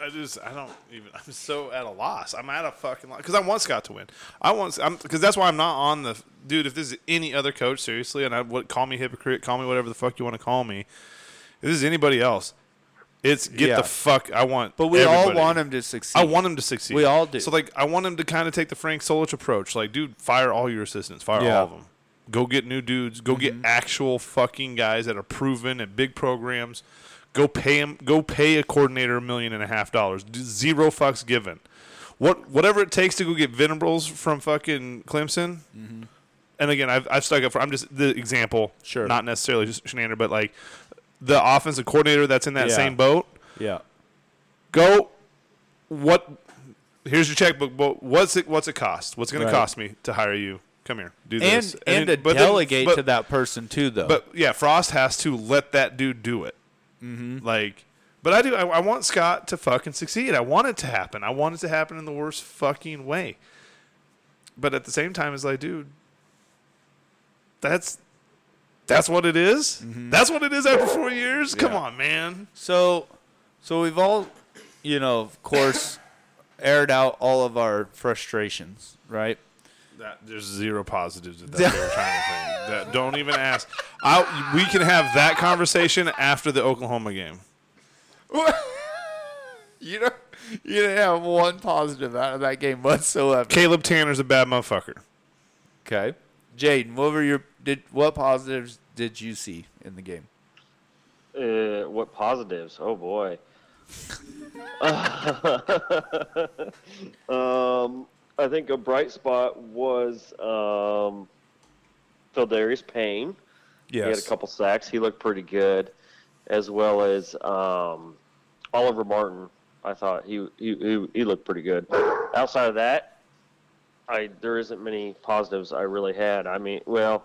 I just I don't even I'm so at a loss. I'm at a fucking loss because I want Scott to win. I want I'm because that's why I'm not on the dude. If this is any other coach, seriously, and I would call me hypocrite, call me whatever the fuck you want to call me. If this is anybody else, it's get
Yeah.
the fuck. I want,
But we all
everybody.
want him to succeed.
I want him to succeed.
We all do.
So like, I want him to kind of take the Frank Solich approach. Like, dude, fire all your assistants, fire
Yeah. Mm-hmm.
all of them. Go get new dudes. Go get actual fucking guys that are proven at big programs. Go pay him. Go pay a coordinator a million and a half dollars. D- Zero fucks given. What whatever it takes to go get Venables from fucking Clemson.
Mm-hmm.
And again, I've, I've stuck up for. I'm just the example.
Sure.
Not necessarily just Shenander, but like the offensive coordinator that's in that
Yeah.
same boat
Yeah.
go what here's your checkbook but what's it what's it cost what's it going
Right.
to cost me to hire you come here do
And
this
and,
then-
to
but then-
delegate
but-
to that person too, though.
but yeah frost has to let that dude do it mm-hmm. like but i do I, I want scott to fucking succeed i want it to happen i want it to happen in the worst fucking way but at the same time it's like dude that's that's what it is?
Mm-hmm.
that's what it is after four years come on man
So, so we've all, you know, of course, aired out all of our frustrations, right?
That, there's zero positives of that Dale China thing. That, don't even ask. I, we can have that conversation after the Oklahoma game.
you don't. You didn't have one positive out of that game whatsoever.
Caleb Tanner's a bad motherfucker.
Okay. Jaden, what were your did what positives did you see in the game?
Uh, what positives? Oh boy. um, I think a bright spot was um, Phildarius Payne. He had a couple sacks. He looked pretty good, as well as um, Oliver Martin. I thought he, he he he looked pretty good. Outside of that, I there isn't many positives I really had. I mean, well,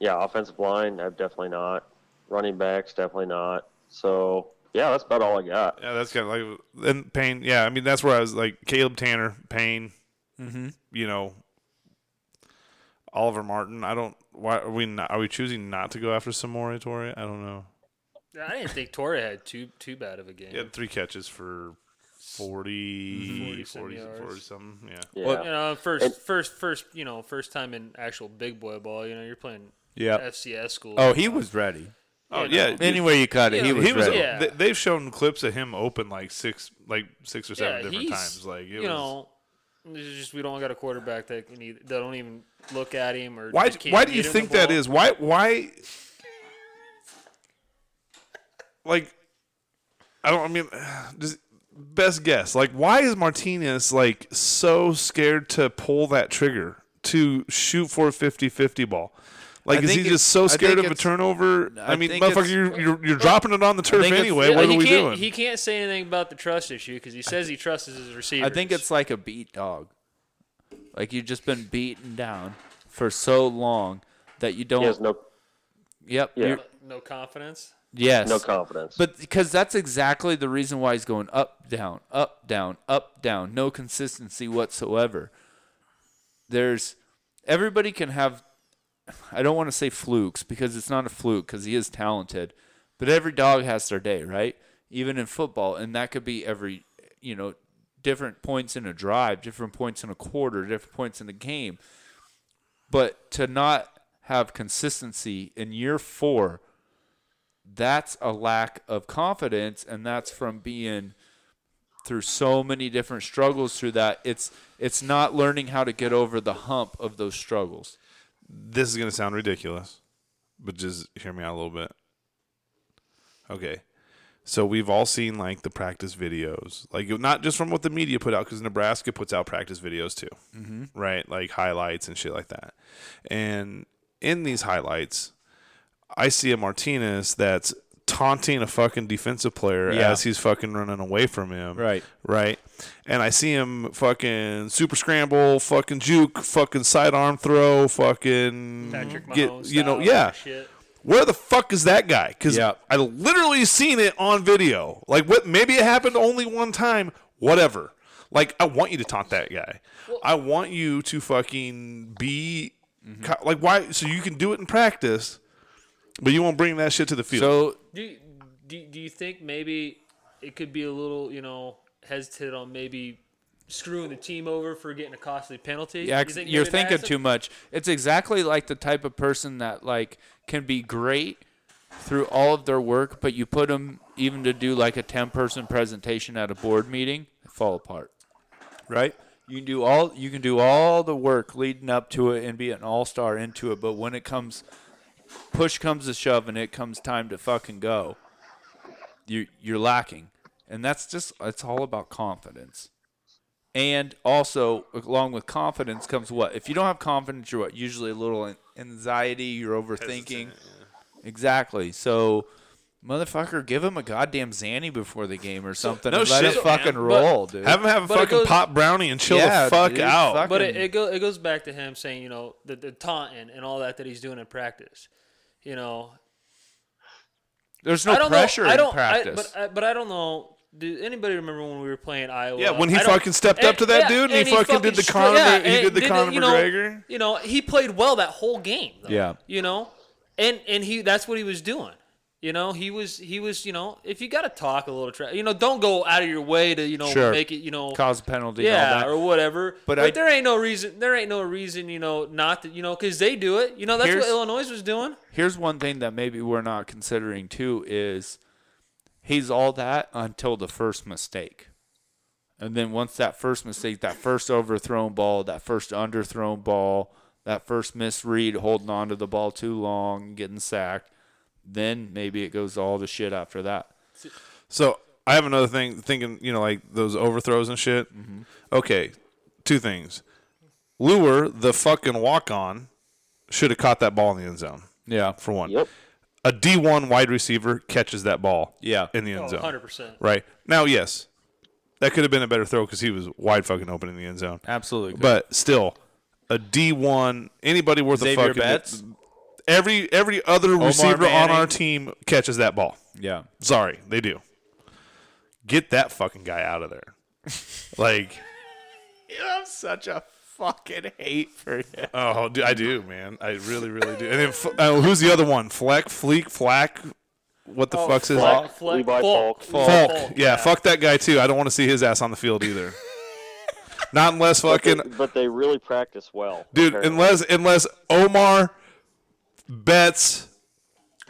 yeah, offensive line, I've definitely not. Running backs, definitely not. So yeah, that's about all I got.
Yeah, that's kind of like and Payne. Yeah, I mean that's where I was like Caleb Tanner, Payne. You know, Oliver Martin. I don't. Why are we not? Are we choosing not to go after Samori Torre? I don't know.
I didn't think Torrey had too too bad of a game.
He had three catches for 40, 40,
40-some
40,
yards.
something. Yeah.
Yeah.
You know, first,
And-
first, first, you know, first time in actual big boy ball. You know, you're playing
Yeah.
FCS school.
Oh, he was ready.
Oh
You know.
yeah.
Anywhere you cut it, he
Yeah,
was
he was.
ready.
Yeah.
they- they've shown clips of him open like six, like six or seven
yeah,
different
he's,
times. Like it
you
was.
know, it's just we don't got a quarterback that can either, that don't even look at him or
why?
just can't
Why do
get
you
him the
think that
ball.
is? Why? Why? Like, I don't. I mean, just best guess. Like, why is Martinez like so scared to pull that trigger to shoot for a 50-50 ball? Like,
I
is he
think
just
it's-
so
I
scared
think
of a
it's-
turnover?
I
I, mean,
think
motherfucker,
it's-
you're, you're you're dropping it on the turf
think it's-
anyway.
Yeah,
what
he
are we
can't,
doing?
He can't say anything about the trust issue because he says he trusts his receivers.
I think it's like a beat dog. Like you've just been beaten down for so long that you don't.
He has no
yep.
yeah.
you're-
no confidence.
Yes.
no confidence.
But because that's exactly the reason why he's going up, down, up, down, up, down. No consistency whatsoever. There's everybody can have. I don't want to say flukes because it's not a fluke because he is talented, but every dog has their day, right? Even in football, and that could be every, you know, different points in a drive, different points in a quarter, different points in the game. But to not have consistency in year four that's a lack of confidence and that's from being through so many different struggles through that it's it's not learning how to get over the hump of those struggles
this is going to sound ridiculous, but just hear me out a little bit. Okay. So we've all seen like the practice videos, like not just from what the media put out, because Nebraska puts out practice videos too, mm-hmm. right? Like highlights and shit like that. And in these highlights, I see a Martinez that's taunting a fucking defensive player
Yeah.
as he's fucking running away from him,
Right.
Right. And I see him fucking super scramble, fucking juke, fucking sidearm throw, fucking
Patrick Mahomes,
Mm-hmm. get- you know,
style
yeah.
Shit.
Where the fuck is that guy? Because
Yeah.
I literally seen it on video. Like, what? Maybe it happened only one time. Whatever. Like, I want you to taunt that guy. I want you to fucking be
Mm-hmm.
co- like why? So you can do it in practice, but you won't bring that shit to the field.
so
Do, you- do do you think maybe it could be a little you know hesitant on maybe screwing the team over for getting a costly penalty?
yeah,
You think
you're
maybe
thinking
that's a-
too much it's exactly like the type of person that like can be great through all of their work but you put them even to do like a 10 person presentation at a board meeting fall apart
right?
You can do all you can do all the work leading up to it and be an all star into it, but when it comes push comes to shove and it comes time to fucking go, you you're lacking. And that's just it's all about confidence. And also along with confidence comes what? If you don't have confidence, you're what? Usually a little an- anxiety, you're overthinking. Exactly. So Motherfucker, give him a goddamn Zanny before the game or something.
No
and let
shit,
it fucking
man.
roll, dude.
Have him have a
But it
fucking
goes-
pop brownie and chill
Yeah,
the fuck
dude,
out.
fuck
But it,
fucking-
it, go, it goes back to him saying, you know, the, the taunting and all that that he's doing in practice. You know,
There's
I
no
don't
pressure
know, I
in
don't, I-
practice.
but, I, but I don't know. Do anybody remember when we were playing Iowa?
Yeah, when he
I don't-
fucking stepped up to that dude and he fucking did the
stri-
Conor-
yeah,
he
and
did the Conor
you know-
McGregor.
You know, he played well that whole game. Though,
Yeah.
You know, and and he that's what he was doing. You know, he was he was you know if you got to talk a little trash, you know, don't go out of your way to you know
Sure.
make it you know
cause a penalty.
yeah
all that.
or whatever.
But
But,
I-
there ain't no reason there ain't no reason you know not to you know because they do it. You know that's what
Here's-
Illinois was doing.
Here's one thing that maybe we're not considering too is he's all that until the first mistake. And then once that first mistake, that first overthrown ball, that first underthrown ball, that first misread, holding on to the ball too long, getting sacked, then maybe it goes all to shit after that.
So I have another thing thinking, you know, like those overthrows and shit.
Mm-hmm.
Okay, two things. Lure, the fucking walk on, should have caught that ball in the end zone,
Yeah.
for one.
Yep.
A D1 wide receiver catches that ball
Yeah.
in the end zone.
100 Oh, percent.
Right. Now, yes, that could have been a better throw because he was wide fucking open in the end zone.
Absolutely.
But still, a D1, anybody worth a
Xavier
fucking.
Betts?
Every, every other receiver on
Manning?
our team catches that ball.
yeah.
Sorry, they do. Get that fucking guy out of there. like,
I have such a fucking hate for him.
oh, dude, I do, man. I really, really do. And then F- oh, who's the other one? Fleck, Fleek, Flack. What the fuck's his
Fleck. Falk.
Falk?
Levi Falk.
Yeah, fuck that guy too. I don't want to see his ass on the field either. Not unless fucking
but they really practice well,
dude.
apparently.
Unless unless Omar, Betts,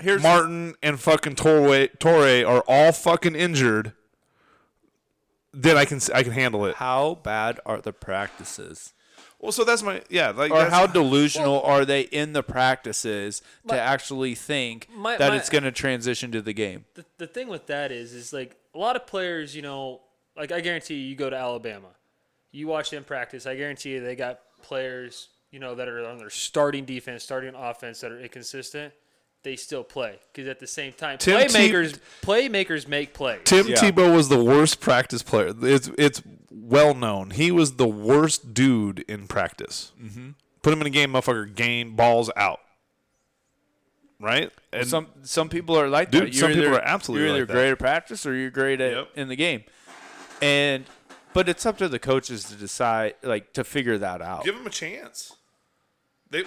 Here's
Martin, and fucking Torre, Torre are all fucking injured, then I can s- I can handle it.
how bad are the practices?
Well, so that's my yeah. Like
Or
that's-
how delusional are they in the practices
My-
to actually think
my-
that
my-
it's going to transition to the game?
the, the thing with that is is like a lot of players you know like i guarantee you, you go to alabama you watch them practice i guarantee you they got players you know that are on their starting defense starting offense that are inconsistent they still play because at the same time
Tim Tebow-
playmakers playmakers make plays
Tim
Yeah.
Tebow was the worst practice player. It's it's well known. He was the worst dude in practice. Mm-hmm. Put him in a game, motherfucker. Game balls out. Right. And
some some people are like
Dude,
that.
some people
either-
are absolutely
you're either
like that.
great at practice or you're great at
Yep.
in the game, and but it's up to the coaches to decide like to figure that out.
give him a chance. They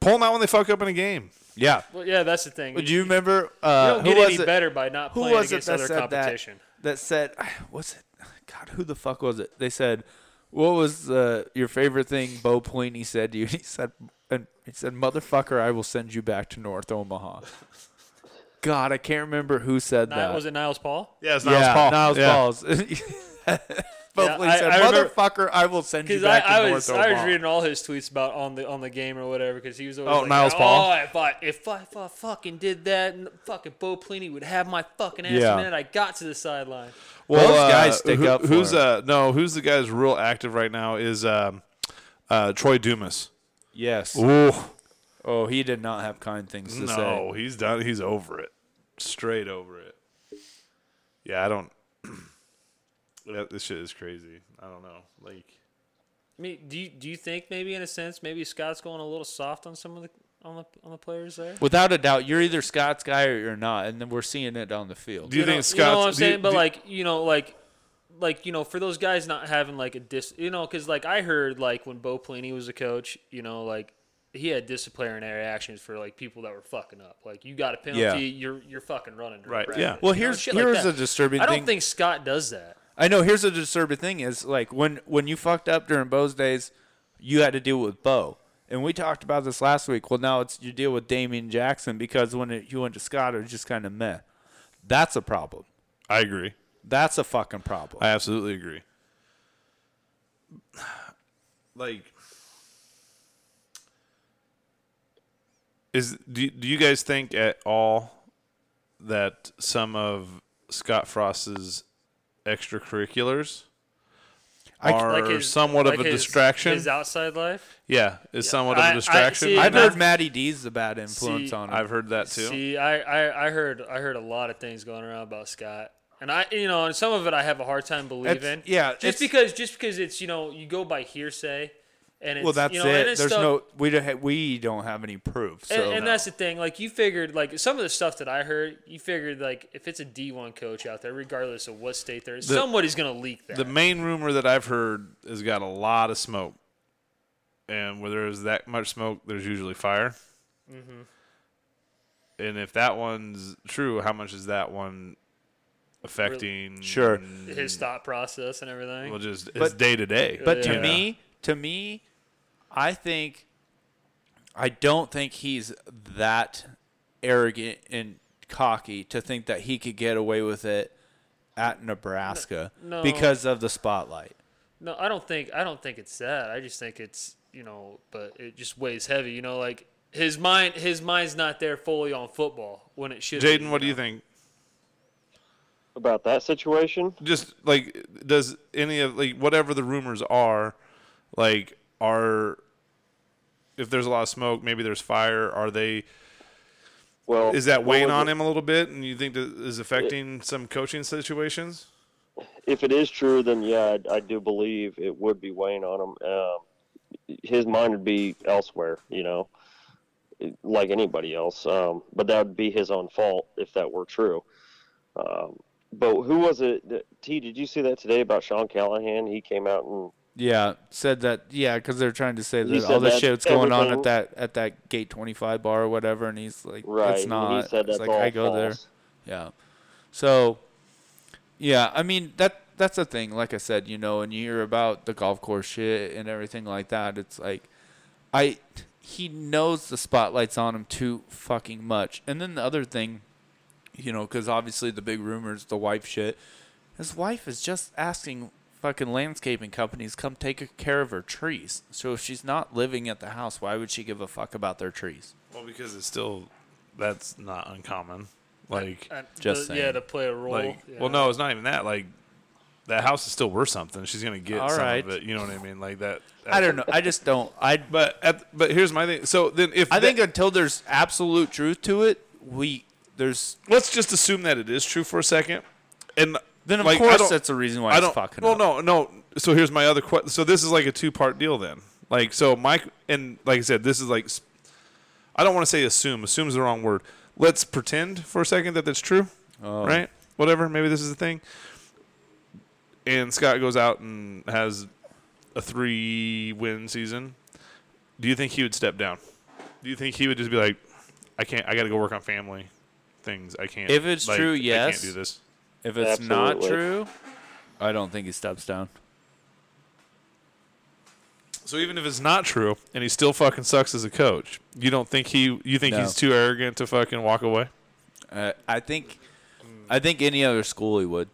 pull him out when they fuck up in a game.
Yeah.
well, yeah that's the thing
Do you remember
You
uh,
don't
who
get
was
any
it?
better by not
who
playing
was it
against
that
other
said that?
competition
That said, was it? God, who the fuck was it? They said, "What was uh, your favorite thing?" Bo Pelini said to you. He said, "And he said, motherfucker, I will send you back to North Omaha." God, I can't remember who said
Ni-
that.
was it niles paul
Yeah, it's
yeah, Niles
Yeah.
Balls. Bo Pelini
I-
said,
I remember-
"Motherfucker, I will send you
Because I,
back
I
to
was
North
I was
Omaha."
reading all his tweets about on the on the game or whatever because he was always
Oh,
like,
Niles
oh,
Paul.
if I if I, if I fucking did that, n- fucking Bo Pliny would have my fucking ass
Yeah.
the minute I got to the sideline.
Well,
Those
uh,
guys stick
who-
up for
who's
him.
uh no? Who's the guy that's real active right now? Is um, uh, Troy Dumas.
yes.
Ooh,
Oh, he did not have kind things to say.
no, he's done. He's over it. Straight over it. Yeah, I don't. that, this shit is crazy. I don't know. Like,
I mean, do you, do you think maybe in a sense maybe Scott's going a little soft on some of the on the on the players there?
Without a doubt, you're either Scott's guy or you're not, and then we're seeing it on the field.
do you,
know-
think Scott's?
You know what I'm
do you-
saying? but
do-
like, you know, like, like you know, for those guys not having like a dis, you know, because like I heard like when Bo Pelini was a coach, you know, like he had disciplinary actions for like people that were fucking up. Like you got a penalty,
Yeah.
you're you're fucking running. during
Right,
practice,
yeah.
you
Well,
know,
here's-
shit like
here's
that.
a disturbing
I don't
thing.
think Scott does that.
I know. Here's the disturbing thing: is like when when you fucked up during Bo's days, you had to deal with Bo, and we talked about this last week. Well, now it's you deal with Damian Jackson because when it, you went to Scott, it was just kind of meh. That's a problem.
I agree.
That's a fucking problem.
I absolutely agree. Like, is do do you guys think at all that some of Scott Frost's extracurriculars
I c-
are
Like his,
somewhat
like
of a
his-
distraction?
His outside life.
yeah, is somewhat
I-
of
I
a distraction.
see-
I've
I've,
heard Matty D's the bad influence
See,
on him.
I've heard that too.
See, I, I, I heard I heard a lot of things going around about Scott, and I you know, and some of it I have a hard time believing.
It's- yeah,
just
it's-
because just because it's you know you go by hearsay, and it's,
well, that's
you know,
it.
And it's
There's
stuff,
no we don't ha- we don't have any proof. So
and, and that's the thing. Like you figured, like some of the stuff that I heard, you figured like if it's a D one coach out there, regardless of what state they're in, somebody's gonna leak that.
The main rumor that I've heard has got a lot of smoke,
Mm-hmm.
and where there is that much smoke, there's usually fire. and if that one's true, how much is that one affecting?
Sure.
his thought process and everything.
Well, just it's
But-
day to day.
But
Yeah.
to me, to me, I think I don't think he's that arrogant and cocky to think that he could get away with it at Nebraska
No.
because of the spotlight.
No, I don't think I don't think it's that. I just think it's you know, but it just weighs heavy. You know, like his mind his mind's not there fully on football when it should. be,
Jaden, what do you
know?
think?
about that situation.
Just like does any of like whatever the rumors are, like are if there's a lot of smoke, maybe there's fire. Are they?
Well,
Is that
what
weighing
was
on
it?
him a little bit? And you think that is affecting some coaching situations?
If it is true, then yeah, I, I do believe it would be weighing on him. Um, his mind would be elsewhere, you know, like anybody else. Um, but that would be his own fault if that were true. Um, but who was it? that- T, did you see that today about Sean Callahan? He came out and
Yeah, said that. Yeah, because they're trying to say
He
that
said
all the
that's
shit's going on
everything.
at that at that gate twenty five bar or whatever, and he's like,
right,
it's
and
not.
he said that's
it's like
all
I go there.
false.
Yeah. So yeah, I mean that that's the thing, like I said, you know, and you hear about the golf course shit and everything like that. It's like I he knows the spotlight's on him too fucking much. And then the other thing, you know, cuz obviously the big rumors, the wife shit. His wife is just asking fucking landscaping companies come take care of her trees. So if she's not living at the house, why would she give a fuck about their trees?
Well, because it's still that's not uncommon. Like,
And
Just
Uh, the- yeah,
saying.
to play a role.
like
yeah.
well, no, it's not even that. Like, that house is still worth something. She's gonna get
All
some
right.
of it. You know what I mean? Like that.
I don't know. I just don't. I
But at, but here's my thing. So then, if
I
that-
think until there's absolute truth to it, we there's
let's just assume that it is true for a second, and
then of
like, I
course
don't-
that's the reason why
I
it's
don't.
fucking.
well,
up.
no, no. So here's my other question. So this is like a two part deal then. Like so, Mike and like I said, this is like s- I don't want to say assume. Assume is the wrong word. Let's pretend for a second that that's true.
Oh.
Right? Whatever. Maybe this is the thing. And Scott goes out and has a three win season. Do you think he would step down? Do you think he would just be like, I can't. I got to go work on family things. I can't.
If it's
like,
true,
I
yes.
can't do this.
If it's not
Absolutely.
true, I don't think he steps down.
So even if it's not true, and he still fucking sucks as a coach, you don't think he? You think
No.
he's too arrogant to fucking walk away?
Uh, I think, I think any other school he would.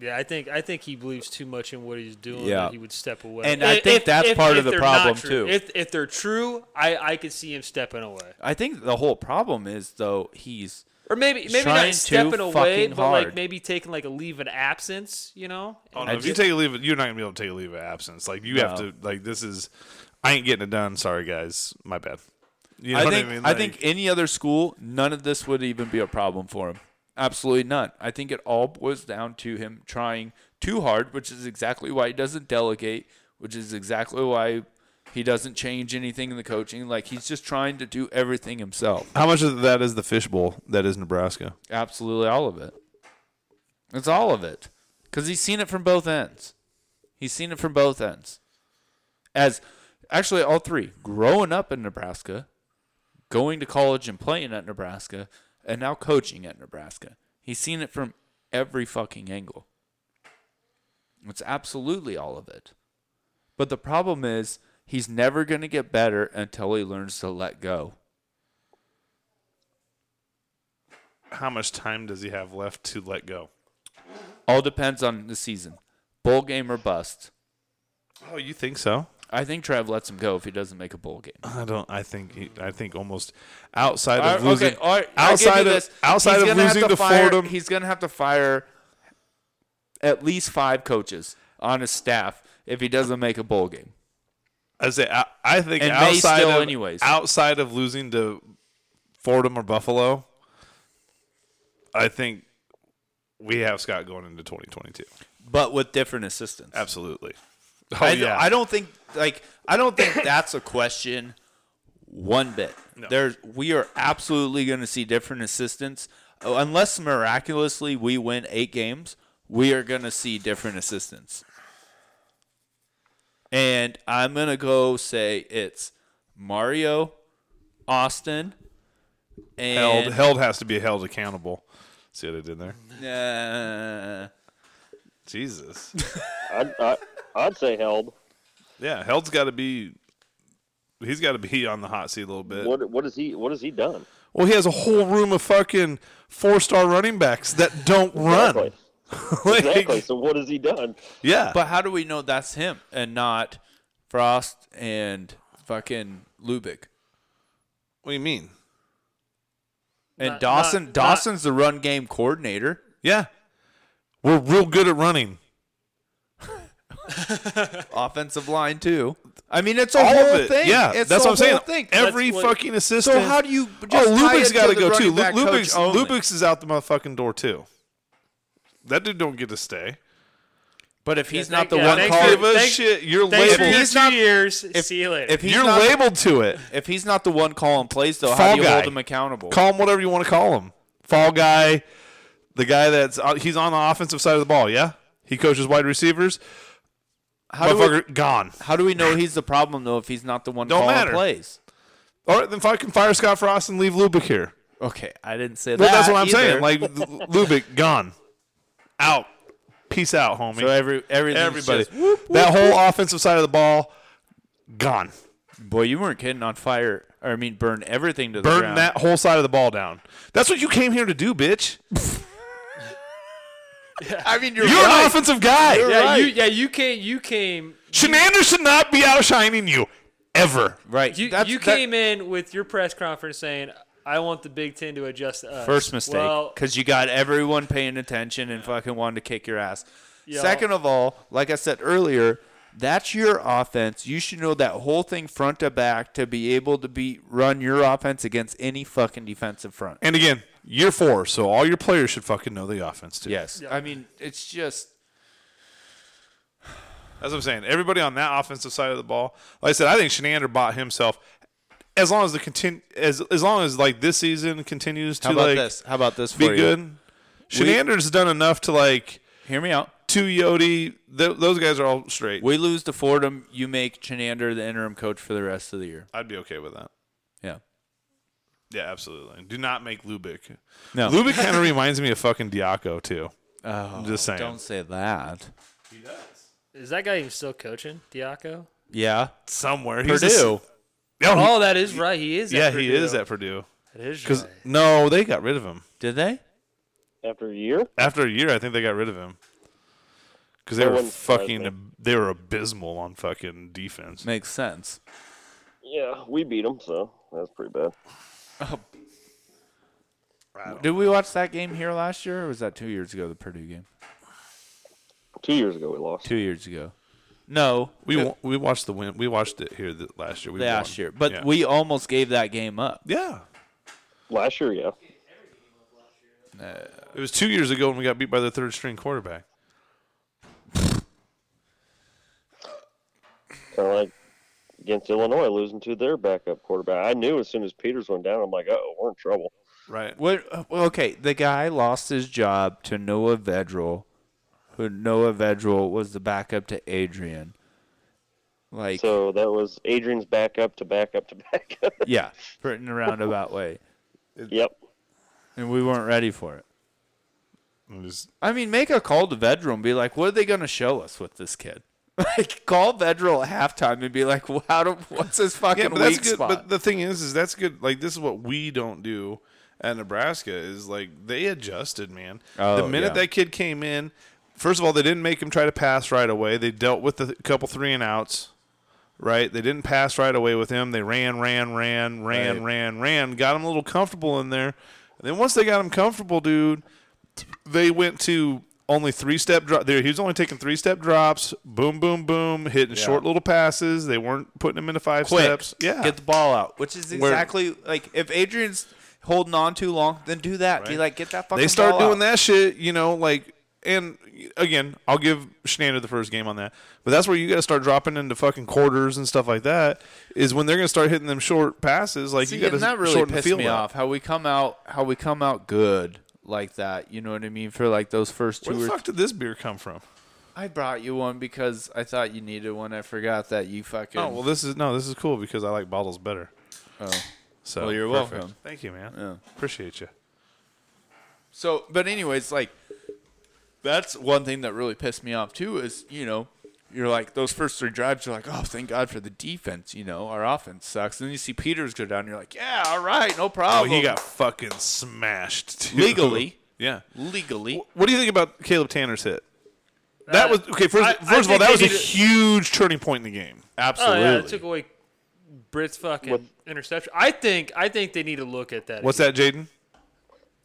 yeah, I think I think he believes too much in what he's doing.
Yeah.
that he would step away.
And I think that's part of the
they're not
problem,
true.
too.
If if they're true, I I could see him stepping away.
I think the whole problem is though he's
Or maybe maybe
Trying too
not stepping away,
fucking
but
hard.
like maybe taking like a leave in absence. You know.
Oh,
I
no, if you
do-
take a leave, you're not gonna be able to take a leave of absence. Like you have
No.
to. Like this is, I ain't getting it done. Sorry guys, my bad. You know
I
what
think
I
I,
mean? Like,
think any other school, none of this would even be a problem for him. Absolutely none. I think it all boils down to him trying too hard, which is exactly why he doesn't delegate, which is exactly why he doesn't change anything in the coaching. Like he's just trying to do everything himself.
how much of that is the fishbowl that is Nebraska?
Absolutely all of it. It's all of it. Cuz he's seen it from both ends. He's seen it from both ends. As actually all three, growing up in Nebraska, going to college and playing at Nebraska, and now coaching at Nebraska. He's seen it from every fucking angle. It's absolutely all of it. But the problem is he's never going to get better until he learns to let go.
How much time does he have left to let go?
All depends on the season. Bowl game or bust.
Oh, you think so?
I think Trev lets him go if he doesn't make a bowl game.
I don't. I think. He, I think almost outside
All
of
right,
losing.
okay, all right, I'll give you
outside of
this.
outside
He's
of
gonna have
losing to
fire,
Fordham.
he's gonna have to fire at least five coaches on his staff if he doesn't make a bowl game.
I say I, I think
And may
outside
still
of
anyways.
outside of losing to Fordham or Buffalo, I think we have Scott going into 2022.
But with different assistants.
Absolutely. Oh
I,
yeah.
I don't think like I don't think that's a question one bit. There's we are absolutely going to see different assistants Oh, unless miraculously we win 8 games, we are going to see different assistants. And I'm going to go say it's Mario, Austin,
Held,
And,
held has to be held accountable. See what I did there?
uh,
Jesus.
I'd, I, I'd say held.
Yeah, held's got to be. He's got to be on the hot seat a little bit.
What what has he what has he done?
Well, he has a whole room of fucking four-star running backs that don't run.
Exactly.
Like,
Exactly. So what has he done?
Yeah.
but how do we know that's him and not Frost and fucking Lubick?
what do you mean?
And
Not-
Dawson
not-
Dawson's the run game coordinator.
Yeah. We're real good at running.
offensive line too. I mean, it's a
All
whole
of it.
thing.
Yeah,
It's
that's
the
what I'm saying.
whole Thing.
Every
what-
fucking assistant.
so how do you? Just
Oh,
tie it
Lubick's
to
got
the
to go
running
too. Lu-
back coach
Lubick's,
only?
Lubick's is out the motherfucking door too. That dude don't get to stay.
But if he's
Yeah,
not the
yeah,
one
thanks
call,
Give a
thanks-
shit. You're
Thanks for
If
your
labeled.
he's
two
not-
years.
if-
see you later.
if he's
You're
not,
labeled to it.
if he's not the one calling plays though, how
Fall
do you
guy.
hold him accountable?
Call him whatever you want to call him. Fall guy, the guy that's uh, he's on the offensive side of the ball. Yeah, he coaches wide receivers.
How do, we,
Motherfucker gone.
how do we know he's the problem though if he's not the one
Don't
calling
matter.
plays?
All right, then fucking fire Scott Frost and leave Lubick here.
Okay, I didn't say
Well,
that.
that's what I'm
either.
saying. Like Lubick gone, out. Peace out, homie.
so every everything's
Everybody,
just, whoop, whoop.
that whole offensive side of the ball, gone.
boy, you weren't kidding on fire. Or, I mean, burn everything to the
burn
ground.
that whole side of the ball down. That's what you came here to do, bitch.
I mean, you're,
You're an
right.
offensive guy.
yeah, you,
right.
yeah, you came. You came.
Shenander should not be outshining you ever.
Right.
You,
That's-
you
that-
came in with your press conference saying, "I want the Big Ten to adjust to us."
First mistake,
Well,
because you got everyone paying attention and fucking wanting to kick your ass.
Yeah.
Second of all, like I said earlier, that's your offense. You should know that whole thing front to back to be able to be run your offense against any fucking defensive front.
And again, year four, so all your players should fucking know the offense too.
Yes, I mean it's just
That's what I'm saying. Everybody on that offensive side of the ball, like I said, I think Shenander bought himself. As long as the contin- as as long as like this season continues to
how about
like
this? How about this?
be
for you?
good, Shenander's done enough to like
Hear me out.
two Yodi. Th- those guys are all straight.
We lose to Fordham. You make Chenander the interim coach for the rest of the year.
I'd be okay with that.
Yeah.
Yeah, absolutely. Do not make Lubick.
No.
Lubick kind of reminds me of fucking Diaco too.
Oh,
just saying.
Don't say that.
is that guy even still coaching, Diaco?
Yeah.
Somewhere he's
Purdue.
A, oh, he-
Oh, that is right. He is. at
yeah, he
Purdue.
is at Purdue.
That is
Because
right.
no, they got rid of him
Did they?
After a year?
after a year. I think they got rid of him because they
That
were
wouldn't surprise
fucking.
me.
ab- They were abysmal on fucking defense.
Makes sense.
Yeah, we beat him, so that's pretty bad.
Did we watch that game here last year, or was that two years ago? The Purdue game.
Two years ago we lost.
Two years ago. No,
We wa- we watched the win. We watched it here th- last year. We
last
won.
year, but
yeah.
we almost gave that game up.
yeah.
Last year, yeah.
It was two years ago when we got beat by the third string quarterback.
Kind of like against Illinois, losing to their backup quarterback. I knew as soon as Peters went down, I'm like, oh, we're in trouble.
Right.
What? uh, well, Okay, the guy lost his job to Noah Vedral, who Noah Vedral was the backup to Adrian. Like,
So that was Adrian's backup to backup to backup.
yeah, put it in a roundabout way,
yep.
and we weren't ready for it.
It was-
I mean, make a call to Vedral and be like, "What are they going to show us with this kid?" Like, call Vedral at halftime and be like, well, "How do? What's his fucking
yeah, but
weak
that's good.
spot?"
But the thing is, is that's good. Like this is what we don't do at Nebraska is like they adjusted, man.
Oh,
the minute
yeah.
that kid came in, first of all, they didn't make him try to pass right away. They dealt with a couple three and outs. Right, they didn't pass right away with him. They ran, ran, ran, ran,
Right.
ran, ran. Got him a little comfortable in there. And then once they got him comfortable, dude, they went to only three step drop. There, he was only taking three step drops. Boom, boom, boom, hitting short little passes. They weren't putting him into five
quick.
steps. Yeah,
Get the ball out, which is
Where-
exactly like if Adrian's holding on too long, then do that. Be
Right.
like, get that fucking
they start
ball
doing
out.
that shit, you know, like and again, I'll give Shenander the first game on that. But that's where you gotta start dropping into fucking quarters and stuff like that, is when they're gonna start hitting them short passes. Like
See,
you gotta
and that really
shorten the
pissed
field
me
up.
off. How we come out, how we come out good like that. You know what I mean? For like those first two
Where the
or
fuck did this beer come from?
I brought you one because I thought you needed one. I forgot that you fucking.
Oh well this is no, this is cool because I like bottles better.
Oh.
So
Well, you're
perfect.
welcome.
Thank you, man.
Yeah.
Appreciate you.
So, but anyways, like that's one thing that really pissed me off too is you know you're like those first three drives you're like oh thank God for the defense you know our offense sucks and then you see Peters go down you're like yeah all right no
Oh,
problem
he got fucking smashed too.
Legally.
Yeah.
legally
What do you think about Caleb Tanner's hit? That was okay. First,
I- I
first of all,
think
that
they
was a
needed-
huge turning point in the game.
Oh
Absolutely.
yeah, it took away Britt's fucking
With-
interception. I think I think they need to look at that.
What's that, Jaden?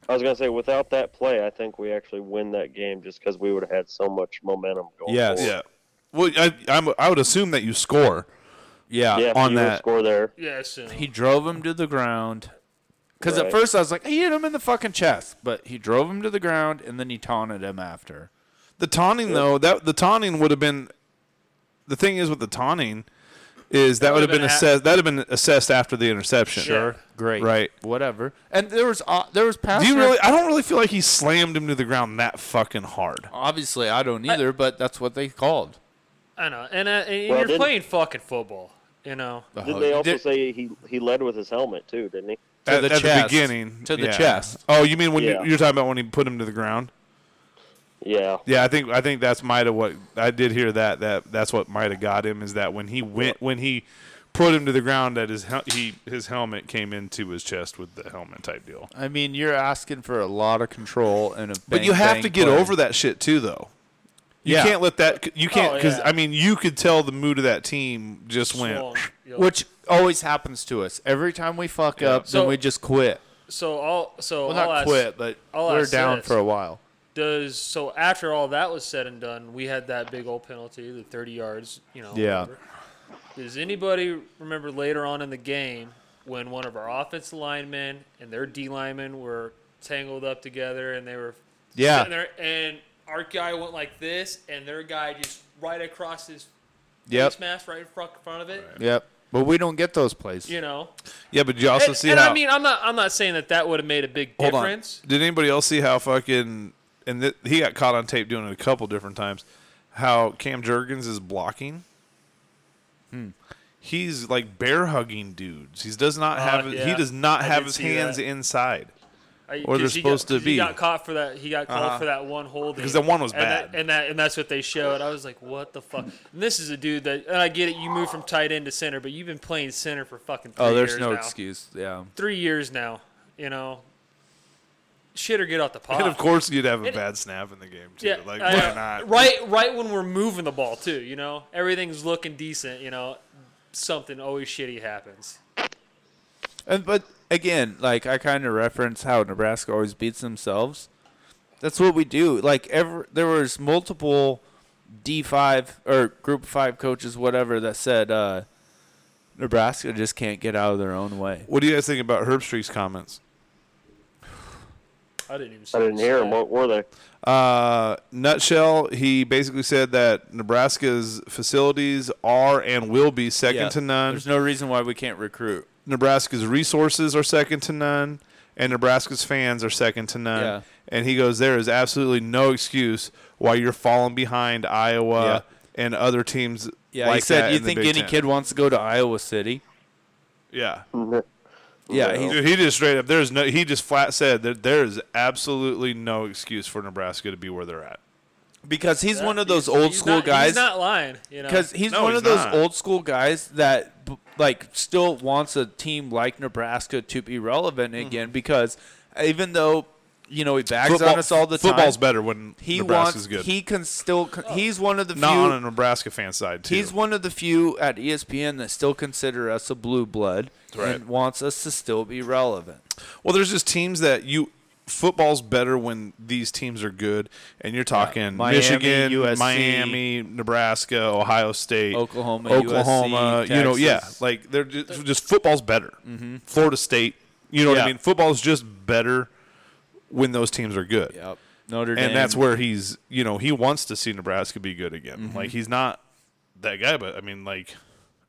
I was gonna say without that play, I think we actually win that game just because we would have had so much momentum going.
Yes.
forward.
Yeah. Well, I I'm, I would assume that you score.
Yeah.
yeah. if
on
you would
that.
score there,
Yeah, soon.
He drove him to the ground. Because at
Right.
first I was like, he hit him in the fucking chest, but he drove him to the ground and then he taunted him after.
The taunting though, that the taunting would have been. The thing is with the taunting, is that, would have been,
been a-
assessed. That would have been assessed after the interception.
Sure.
Great,
Right.
Whatever. And there was uh, there was pass.
Do you
inter-
really? I don't really feel like he slammed him to the ground that fucking hard.
Obviously, I don't either, but that's what they called.
I know, and, uh, and
Well,
you're
didn't-
playing fucking football. You know,
did they
Oh,
also
did-
say he he led with his helmet too? Didn't he?
To
at,
the
at
chest.
the beginning
To the
yeah.
chest.
Oh, you mean when
Yeah.
you, you're talking about when he put him to the ground?
Yeah.
Yeah, I think I think that's might have what I did hear that that that's what might have got him is that when he went when he put him to the ground that his hel- he his helmet came into his chest with the helmet type deal.
I mean, you're asking for a lot of control and a.
But you have to get over that shit too, though. You
Yeah.
can't let that. You can't
Oh,
because
yeah.
I mean you could tell the mood of that team just
Swung,
went.
you know.
Which always happens to us. Every time we fuck up,
So-
then we just quit.
so I'll so
Well,
I'll
not
ask,
quit, but
I'll
we're
ask
down
this.
for a while.
does so after all that was said and done, we had that big old penalty, the 30 yards, you know.
Yeah.
whatever. Does anybody remember later on in the game when one of our offensive linemen and their D linemen were tangled up together and they were
Yeah.
sitting there and our guy went like this and their guy just right across his
Yep.
face mask right in fro- front of it,
Yep. But we don't get those plays.
you know.
Yeah, but you also
and
see
and
how.
I mean, I'm not I'm not saying that that would have made a big
hold
difference.
on. Did anybody else see how fucking and th- he got caught on tape doing it a couple different times? How Cam Jurgens is blocking. He's like bear hugging dudes. He does not
Uh,
have. He
yeah.
does not
I
have
did
his
see
hands
that.
inside.
I-
Or they're
'cause he got-
supposed to
'cause
be.
He got caught for that. He got called
Uh-huh.
for that one holding.
'Cause that one was
and that-
bad.
and that and that's what they showed. I was like, what the fuck? And this is a dude that. And I get it. You move from tight end to center, but you've been playing center for fucking. Three
Oh, there's
years
no
now.
excuse. Yeah.
Three years now. You know. Shit or get off the pot.
And of course, you'd have a
It-
bad snap in the game too.
Uh, Yeah,
like
I
why
know.
not?
Right, right when we're moving the ball too. You know, everything's looking decent. You know, something always shitty happens.
And but again, like I kind of reference how Nebraska always beats themselves. That's what we do. Like ever, there was multiple D five or Group five coaches, whatever, that said uh, Nebraska just can't get out of their own way.
What do you guys think about Herb Streak's comments?
I didn't even. See
I didn't hear him. What were they?
Uh, nutshell, he basically said that Nebraska's facilities are and will be second
Yeah.
to none.
There's no reason why we can't recruit.
Nebraska's resources are second to none, and Nebraska's fans are second to none.
Yeah.
And he goes, there is absolutely no excuse why you're falling behind Iowa and other teams.
Yeah,
like
he said.
that
You
in the
think
Big
any
Ten."
kid wants to go to Iowa City?
Yeah,
Yeah,
No.
he's-
Dude, he just straight up. There's no. He just flat said that there is absolutely no excuse for Nebraska to be where they're at.
because he's
that.
one of those
He's-
old
he's
school
not-
guys.
He's not lying. You know,
Because he's
No,
one
he's
of those
not.
old school guys that b- like still wants a team like Nebraska to be relevant
Mm-hmm.
again. Because even though you know he bags on us all the
football's
time,
better when
he
Nebraska's
wants
good.
he can still
Oh.
con- he's one of the
Not
few
on a Nebraska fan side too.
he's one of the few at E ESPN that still consider us a blue blood
right.
and wants us to still be relevant.
Well, there's just teams that you football's better when these teams are good, and you're talking
Miami,
Michigan,
USC.
Miami, Nebraska, Ohio State,
Oklahoma,
Oklahoma.
USC,
you know, yeah,
Texas.
like they're just, just football's better. Mm-hmm. Florida State, you know what I
Yeah.
mean? Football's just better when those teams are good.
Yep. Notre Dame,
And that's where he's, you know, he wants to see Nebraska be good again.
Mm-hmm.
Like he's not that guy, but I mean, like,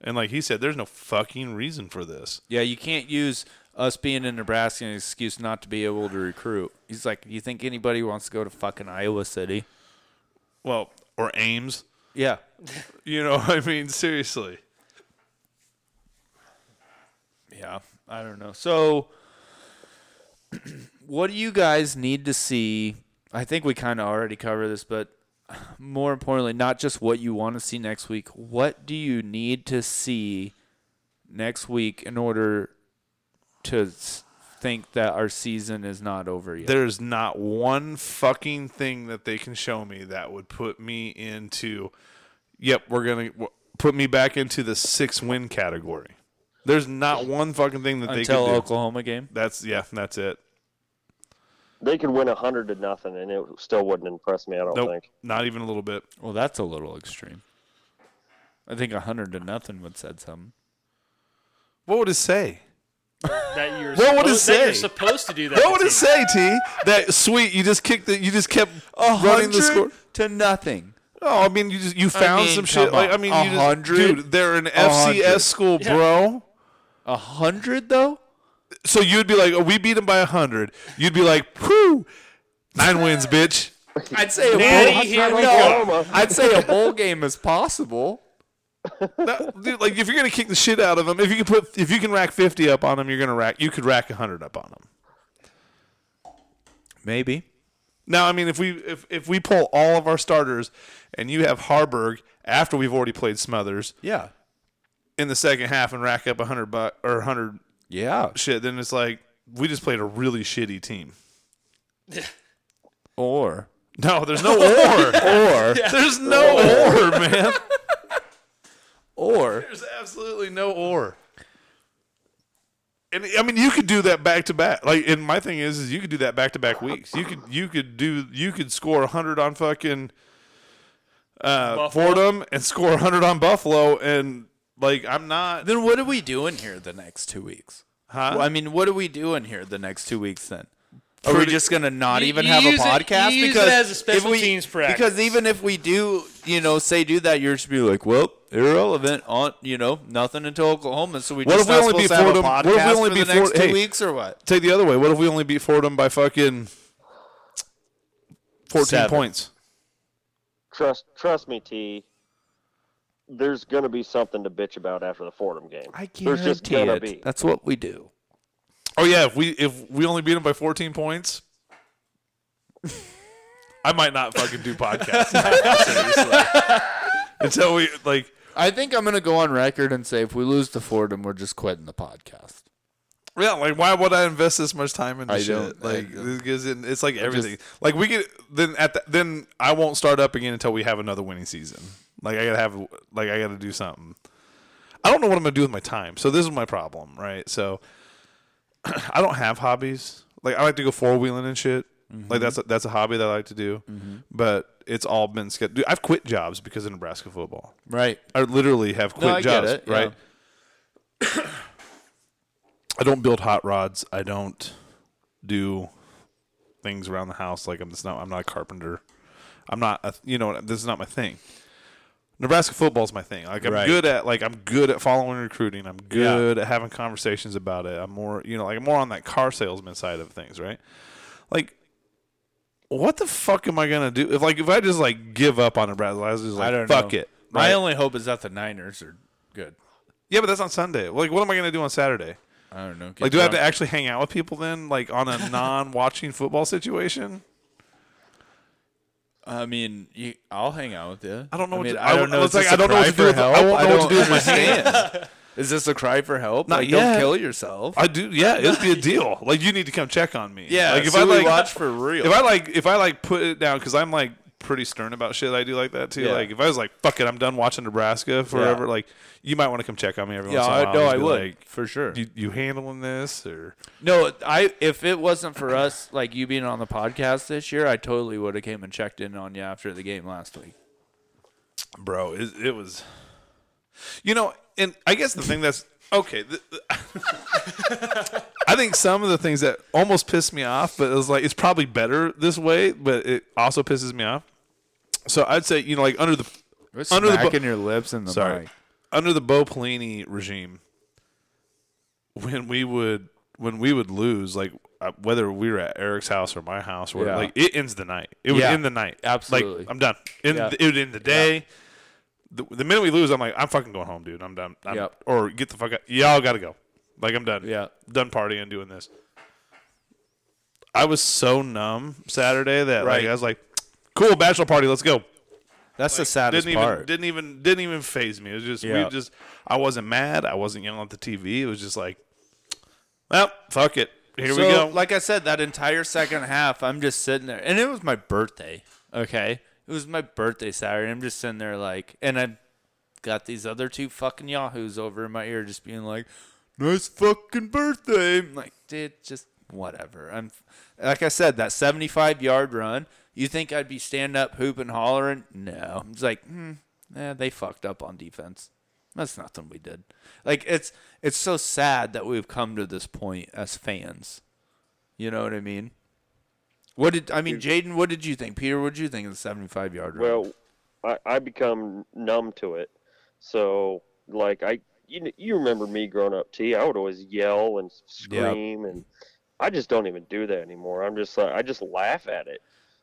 and like he said, there's no fucking reason for this.
Yeah, you can't use us being in Nebraska as an excuse not to be able to recruit. He's like, you think anybody wants to go to fucking Iowa City?
Well, or Ames.
Yeah.
You know, I mean, seriously.
Yeah. I don't know. So, what do you guys need to see? I think we kind of already covered this, but more importantly, not just what you want to see next week. What do you need to see next week in order to s- think that our season is not over yet?
There's not one fucking thing that they can show me that would put me into. Yep, we're gonna w- put me back into the six win category. There's not one fucking thing that
Until
they could do.
Oklahoma game.
That's yeah, that's it.
They could win hundred to nothing, and it still wouldn't impress me. I don't
Nope,
think.
not even a little bit.
Well, that's a little extreme. I think hundred to nothing would said something.
What would it say?
That you're
What would it
supposed- that
say?
You're supposed to do that.
What would
to
it say, T? That sweet, you just kicked the, you just kept running the score.
to nothing.
Oh, I mean, you just you found
mean,
some
come
shit. Like
on.
I mean,
A
you just,
hundred?
dude, they're an FCS
hundred.
school, bro.
A hundred though?
So you'd be like, oh, we beat them by hundred. You'd be like, whew, nine wins, bitch.
I'd say a
Natty,
bowl.
here we
no,
go.
I'd say a bowl game is possible.
That- dude, like if you're gonna kick the shit out of them, if you can put, if you can rack fifty up on them, you're gonna rack. You could rack hundred up on them.
Maybe.
Now, I mean, if we if, if we pull all of our starters, and you have Harburg after we've already played Smothers
Yeah.
in the second half and rack up hundred buck or hundred
Yeah.
shit, then it's like we just played a really shitty team.
Or
No, there's no or.
or
There's no or, man.
or
There's absolutely no or. And I mean, you could do that back to back. Like, and my thing is, is you could do that back to back weeks. You could, you could do, you could score hundred on fucking uh,
Buffalo.
Fordham and score hundred on Buffalo, and like, I'm not.
then what are we doing here the next two weeks?
Huh?
Well, I mean, what are we doing here the next two weeks then? Are we
Pretty-
just gonna not
You-
even
you
have a
use it-
podcast?
you use it
because
as a special
if we,
teams practice.
Because even if we do, you know, say do that, you're just be like, well, irrelevant on, you know, nothing until Oklahoma. So we
What
just
if we
not
only
supposed
beat
to have a
Fordham- what if we
podcast
only
for
beat
the next
Ford-
two
hey.
weeks or what?
Take the other way. What if we only beat Fordham by fucking fourteen
Seven.
points?
Trust, trust me, T. There's gonna be something to bitch about after the Fordham game. There's just gonna be.
That's what we do.
Oh yeah, if we if we only beat them by 14 points, I might not fucking do podcasts Seriously. until we like.
I think I'm gonna go on record and say if we lose to Fordham, we're just quitting the podcast.
Yeah, like why would I invest this much time in
I
this shit?
don't- I
like
don't.
this gives it, it's like everything. like we get then at the, then I won't start up again until we have another winning season. Like I gotta have like I gotta do something. I don't know what I'm gonna do with my time. So this is my problem, right? So I don't have hobbies. Like I like to go four wheeling and shit. Like that's a,
Mm-hmm.
that's a hobby that I like to do. But it's all been scheduled. Dude, I've quit jobs because of Nebraska football.
Right.
I literally have quit
I get
jobs,
it, yeah.
right? I don't build hot rods. I don't do things around the house. Like I'm just not. I'm not a carpenter. I'm not. A, you know, this is not my thing. Nebraska football's my thing. Like I'm
Right.
good at. Like I'm good at following recruiting. I'm good at having conversations about it. I'm more. You know, like I'm more on that car salesman side of things, right? Like. What the fuck am I gonna do if like if I just like give up on Nebraska? I was just like,
I don't
fuck
know.
it.
My
right?
only hope is that the Niners are good.
Yeah, but that's on Sunday. Like, what am I going to do on Saturday?
I don't know. Get
Like, do I have to
drunk.
actually hang out with people then, like on a non-watching football situation?
I mean, you, I'll hang out with you.
I don't know
I
what
mean,
to-
I
I
don't know. It's
was like,
just
I
a
don't know
cry
what to
for
do with-
help.
I won't know what to do with my
understand. Is this a cry for help?
Not
like,
yet.
don't kill yourself.
I do. Yeah, it'd be a deal. Like, you need to come check on me.
yeah.
Like,
so we watch for real.
if I like, if I like, put it down because I'm like pretty stern about shit. I do like that too.
Yeah.
Like, if I was like, fuck it, I'm done watching Nebraska forever. Like, you might want to come check on me every
yeah,
once in a while.
I, no,
Just
I
be
would
Like,
for sure.
you, you handling this or?
No, I if it wasn't for us, like you being on the podcast this year, I totally would have came and checked in on you after the game last week.
bro it, it was you know and i guess the thing that's okay th th- i think some of the things that almost pissed me off but it was like it's probably better this way but it also pisses me off so i'd say you know like under the under the bo-
your lips and the
sorry under the bo pelini regime when we would when we would lose like uh, whether we were at Eric's house or my house, or
Yeah.
like it ends the night. It would
Yeah.
end the night.
Absolutely.
like I'm done. End
Yeah.
it would end the day the, the minute we lose, I'm like, I'm fucking going home, dude. I'm done. I'm,
Yep.
Or get the fuck out. Y'all got to go. Like I'm done.
Yeah.
Done partying, doing this. I was so numb Saturday that like
Right.
I was like, cool bachelor party, let's go.
That's the saddest
Didn't
part.
even didn't even didn't even phase me. It was just
Yeah.
we just I wasn't mad. I wasn't yelling at the TV. It was just like, well, fuck it. Here we
So,
go.
Like I said, that entire second half, I'm just sitting there, and it was my birthday. Okay, it was my birthday Saturday. I'm just sitting there like, and I got these other two fucking yahoos over in my ear, just being like, "Nice fucking birthday." I'm like, dude, just whatever. I'm like I said, that 75 yard run. You think I'd be standing up, hooping, hollering? No. It's like, hmm, eh, they fucked up on defense. That's nothing we did. Like it's it's so sad that we've come to this point as fans. You know what I mean? What did I mean, Jaden? What did you think, Peter? What did you think of the seventy-five yard run?
Well, I, I become numb to it. So, like, I you, kn- you remember me growing up, T. I would always yell and scream, and I just don't even do that anymore. I'm just like, I just laugh at it,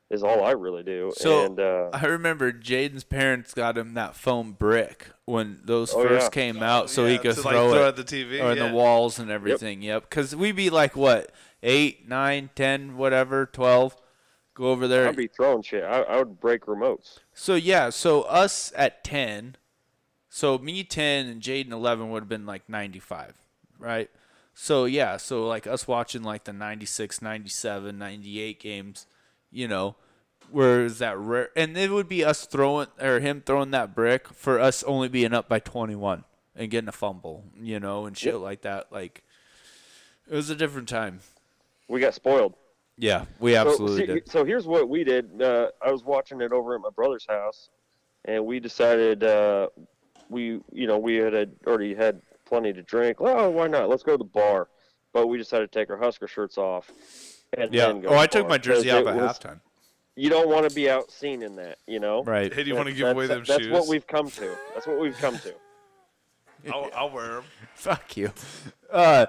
is all I really do.
So,
and uh,
I remember Jaden's parents got him that foam brick when those
Oh,
first
yeah.
came out, so
Yeah,
he could
to,
throw,
like, throw
it
at the TV,
or in
yeah.
the walls and everything. Yep, because we'd be like what eight, nine, ten, whatever, twelve. Go over there.
I'd be throwing shit. I, I would break remotes.
So yeah, so us at ten, so me ten and Jaden eleven would have been like ninety five, right? So yeah, so like us watching like the 96, 97, 98 games, you know, where is that rare? And it would be us throwing or him throwing that brick for us only being up by twenty one and getting a fumble, you know, and shit like that. Like it was a different time.
We got spoiled.
Yeah, we absolutely
so, see,
did.
So here's what we did. Uh, I was watching it over at my brother's house, and we decided uh, we, you know, we had, had already had plenty to drink. Well, why not? Let's go to the bar. But we decided to take our Husker shirts off. And
Yeah.
then go
Oh,
to
I
the
took
bar,
my jersey
'cause
off
it
at
was-
halftime.
You don't want to be out seen in that, you know.
Right.
hey, do you want to
That's-
give away them
that's- that's
shoes?
what we've come to. That's what we've come to.
I'll, I'll wear them.
Fuck you. Uh,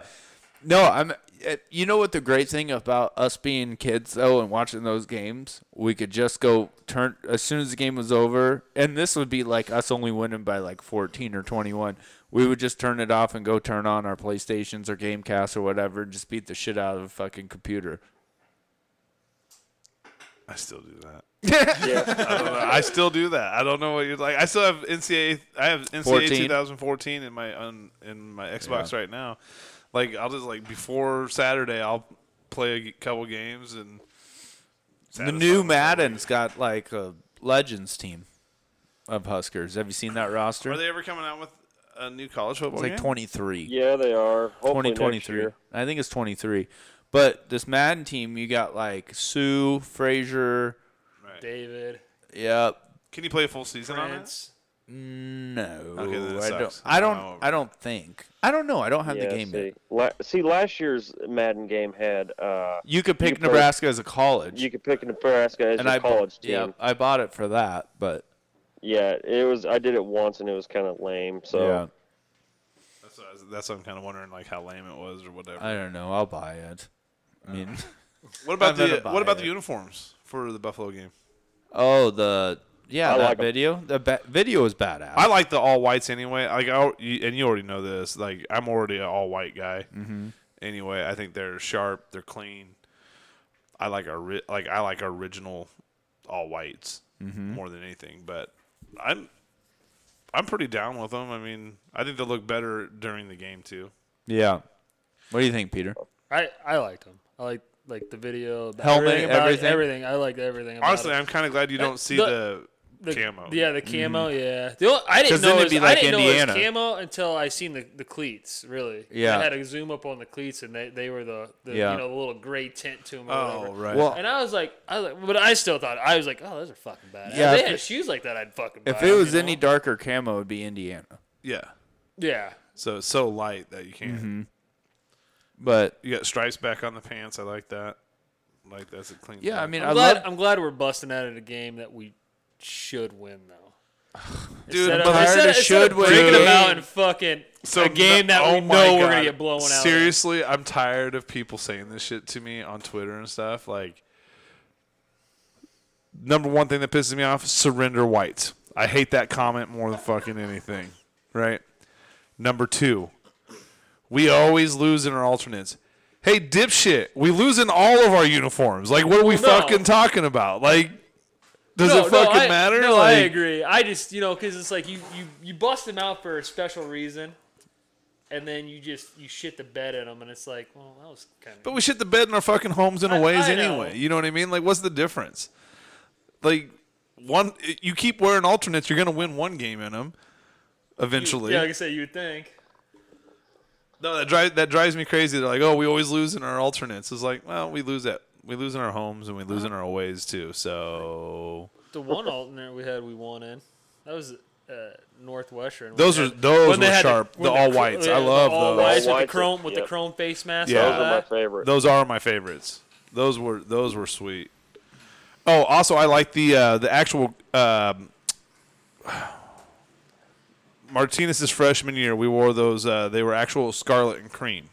no, I'm. uh, You know what the great thing about us being kids though and watching those games, we could just go turn as soon as the game was over, and this would be like us only winning by like fourteen or twenty one. We would just turn it off and go turn on our PlayStations or GameCast or whatever, and just beat the shit out of a fucking computer.
I still do that.
Yeah.
I don't know. I still do that. I don't know what you're like. I still have NCAA. I have NCAA
14.
2014 in my on, in my Xbox right now. Like I'll just like before Saturday, I'll play a g- couple games and
The new Madden's got like a Legends team of Huskers. Have you seen that roster?
Are they ever coming out with a new college football
it's like
game?
twenty three.
yeah, they are. Hopefully next
2023.
year.
I think it's 23. But this Madden team, you got like Sue, Frazier.
David,
Yep.
Can you play a full season on it?
Prince.
No,
then it
I don't.
sucks.
I don't.
No.
I don't think. I don't know. I don't have
Yeah,
the game
see.
yet.
La- see, last year's Madden game had uh,
You could pick
could play-
Nebraska as a college,
you could pick Nebraska as
and
your
I
college team.
Yeah, I bought it for that, but
Yeah, it was. I did it once, and it was kind of lame. So
yeah,
That's what, I was, that's what I'm kind of wondering, like how lame it was or whatever.
I don't know. I'll buy it. I
Uh.
mean,
what about
I'm gonna
the
buy
what about the
it.
uniforms for the Buffalo game?
oh the yeah
I
that
like 'em.
video. The ba- video was badass.
I like the all whites anyway. Like I you- and you already know this. Like I'm already an all white guy. Mm-hmm. Anyway, I think they're sharp. They're clean. I like our ri- like I like original all whites more than anything. But I'm I'm pretty down with them. I mean, I think they look better during the game too.
yeah. What do you think, Peter?
I I liked him. I liked like the video, about
Helmet,
everything, about it,
everything.
everything. I liked everything. About
Honestly,
it.
I'm kind of glad you don't see the,
the
camo.
Yeah, the camo. Yeah, the only, I didn't
Mm. 'Cause then it'd
know. It was,
be
I
like
didn't know it was
Indiana.
camo until I seen the, the cleats. Really.
Yeah.
I had a zoom up on the cleats, and they, they were the, the
Yeah.
you know the little gray tint to them. Or
Oh
whatever.
right.
Well,
And I was like, I was like, but I still thought I was like, oh, those are fucking bad.
Yeah,
Yeah, if
if
they had
it-
shoes like that, I'd fucking.
If
buy
it
'em,
was
you
any
know?
darker camo, it'd be Indiana.
yeah.
yeah,
So it's so light that you can't.
Mm-hmm. But
You got stripes back on the pants. I like that. Like that's a clean.
yeah, I
look.
mean,
I'm
I
glad.
love
I'm glad we're busting out at a game that we should win though.
Dude,
Instead
I'm
of-
tired
instead
of
of- instead of
should win
Breaking them out
game.
and fucking
So
a game
no-
that
oh
we
my
know we're
God.
gonna get blown out. of.
Seriously, I'm tired of people saying this shit to me on Twitter and stuff. Like, number one thing that pisses me off: surrender whites. I hate that comment more than fucking anything. Right. Number two, We always lose in our alternates. Hey, dipshit, we lose in all of our uniforms. Like, what are we
No.
fucking talking about? Like, does
No,
it
no,
fucking
I-
matter?
No, I
like,
agree. I just you know because it's like you you you bust them out for a special reason, and then you just you shit the bed at them, and it's like, well, that was kind of.
But we shit the bed in our fucking homes in a
I-
ways
I know.
anyway. You know what I mean? Like, what's the difference? Like, one, you keep wearing alternates, you're gonna win one game in them eventually.
Yeah, like I said, you would think.
No, that drives that drives me crazy. They're like, oh, we always lose in our alternates. It's like, well, we lose that. We lose in our homes and we
Uh-huh.
lose in our aways too. So
The one alternate we had, we won in. That was uh, Northwestern. when
Those
they
were-
had-
those
when they
were
had
sharp. The
when
all
cr-
whites. I
yeah, the
love
all
those.
whites
All
with
whites,
the chrome with
yeah.
the chrome face mask.
Yeah.
Yeah.
Those are my favorite.
those are my favorites. Those were those were sweet. Oh, also, I like the uh, the actual um, Martinez's freshman year. We wore those. Uh, they were actual scarlet and cream.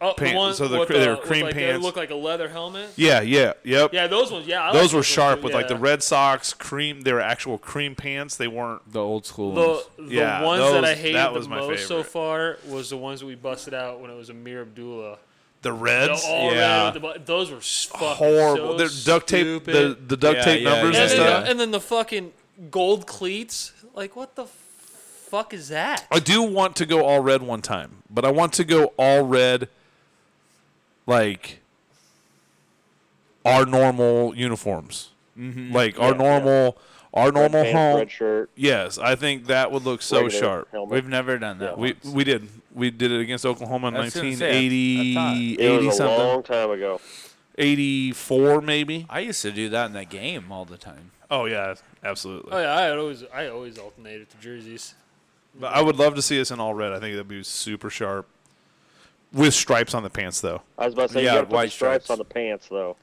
oh,
pants,
the ones
so the
with
cr- they're
with
cream
like,
pants.
They look like a leather helmet.
Yeah, yeah, yep.
Yeah, those ones. Yeah, I like
those were
ones,
sharp
too,
with like the
yeah.
Red Sox cream. They were actual cream pants. They weren't.
The old school
The,
ones.
the
Yeah,
ones that I
those-
hated
that was
the
my
most so
favorite.
far was the ones that we busted out when it was Amir Abdullah.
The
The
reds,
all
yeah,
red with the bu- those were s- fucking
horrible.
So
They're duct tape.
stupid.
The, the duct
Yeah,
tape
yeah,
numbers
yeah,
and
and, then,
yeah.
stuff.
the, and then the fucking gold cleats. Like what the fuck is that?
I do want to go all red one time, but I want to go all red, like our normal uniforms, like our
Mm-hmm. Yeah,
normal, our
Red
normal
pants,
home.
red shirt,
Yes, I think that would look so
regular
sharp.
helmet.
We've never done that.
We
once.
we did we did it against Oklahoma in
I was gonna say, I- I
1980,
it
80
was a
something,
long time ago.
84 maybe.
I used to do that in that game all the time.
Oh yeah, absolutely.
Oh yeah, I always I always alternated the jerseys.
But I would love to see us in all red. I think that'd be super sharp. With stripes on the pants though.
I was about to say
Yeah,
you got to put the
white
stripes
stripes.
on the pants though.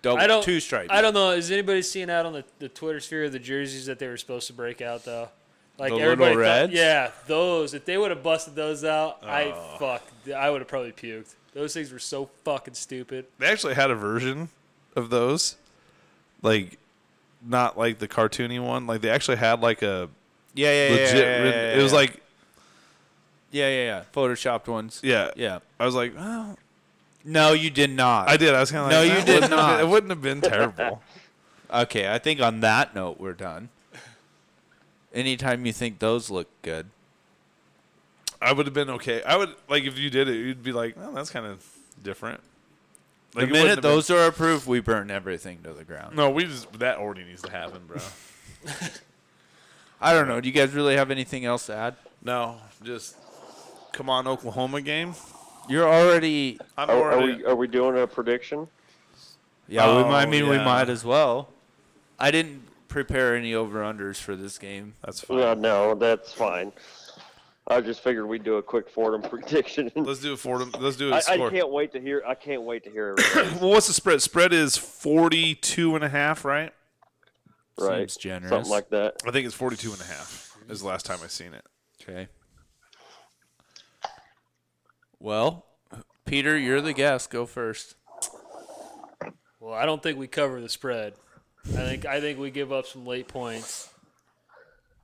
Double
I don't
Oh, two stripes.
I don't know. Is anybody seeing out on the, the Twitter sphere the jerseys that they were supposed to break out though? Like
The little
everybody
reds?
Thought, yeah, those. If they would have busted those out, I
Oh.
fuck. I would have probably puked. Those things were so fucking stupid.
They actually had a version of those, like not like the cartoony one. Like they actually had like a
Yeah, yeah, yeah.
legit.
yeah, yeah,
written-
yeah,
it was
yeah.
like
yeah, yeah, yeah, photoshopped ones.
yeah,
yeah.
I was like, well,
No, you did not.
I did. I was kind of
No,
like,
you
that
did
wouldn't have
not.
been- It wouldn't have been terrible.
Okay, I think on that note, we're done. Anytime you think those look good,
I would have been okay. I would like if you did it, you'd be like, well, that's kind of different.
the
it wouldn't
minute
have been-
those are approved, we burn everything to the ground.
no, we just that already needs to happen, bro.
I don't know. Do you guys really have anything else to add?
no, just come on, Oklahoma game.
You're already.
I'm
Are, are
already-
we are we doing a prediction?
Yeah, we
Oh,
might, I mean, we
yeah.
might as well. I didn't prepare any over unders for this game.
That's fine.
Well, no, that's fine. I just figured we'd do a quick Fordham prediction.
Let's do a Fordham. Let's do a
I, I
score.
can't wait to hear. I can't wait to hear. everything.
Well, what's the spread? Spread is 42 and a half, right?
right,
Seems generous.
something like that.
I think it's 42 and a half is the last time I seen it.
Okay. Well, Peter, you're the guest. Go first.
Well, I don't think we cover the spread. I think I think we give up some late points.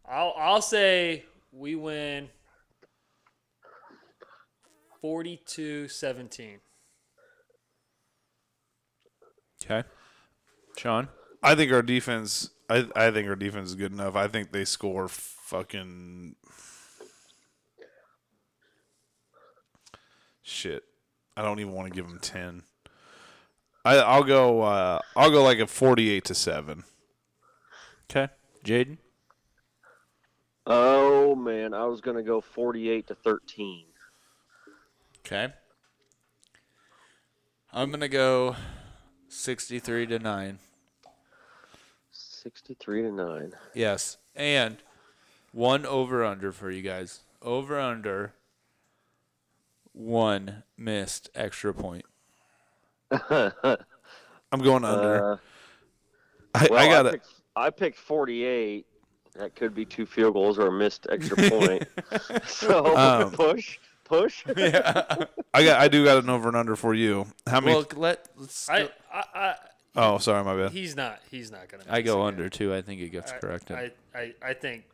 I'll I'll say we win 42-17.
Okay. Sean?
I think our defense I, I think our defense is good enough. I think they score fucking shit. I don't even want to give them 10. I I'll go uh, I'll go like a 48 to 7.
Okay. Jaden?
Oh man, I was gonna go forty-eight to thirteen.
Okay. I'm going to go 63 to 9.
63 to 9.
Yes. And one over under for you guys. Over under one missed extra point.
I'm going under.
Uh,
I,
well,
I got
I
it.
picked, I picked 48. That could be two field goals or a missed extra point. so
Um,
push, push.
I got I do got an over and under for you. How many
Well, let let's
I, I, I
Oh, sorry, my bad.
he's not he's not gonna.
I
miss
go
again.
under too. I think it gets
I-
corrected.
I, I, I think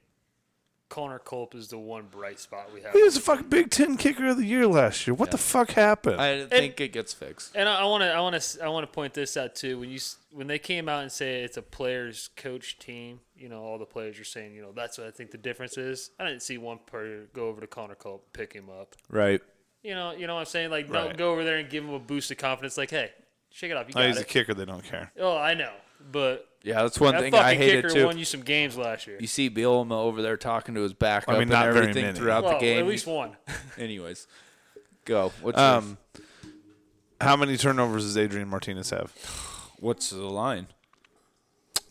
Connor Culp is the one bright spot we have.
He was a fucking Big Ten kicker of the year last year. What the fuck happened?
I think it gets fixed.
And I want to, I want to, I want to point this out too. When you, s- when they came out and say it's a players coach team, you know, all the players are saying, you know, that's what I think the difference is. I didn't see one player go over to Connor Culp, pick him up.
Right.
You know, you know what I'm saying? Like, don't go over there and give him a boost of confidence. Like, hey, shake it off. You
oh,
got
he's a
it.
kicker. They don't care.
oh, I know, but
Yeah, that's one
that
thing
fucking
I hated
kicker
too.
won you some games last year.
You see Bielma over there talking to his backup
I mean, not
and
very
everything
many.
throughout
well,
the game.
at least one.
Anyways, go. What's
Um, how many turnovers does Adrian Martinez have?
what's the line?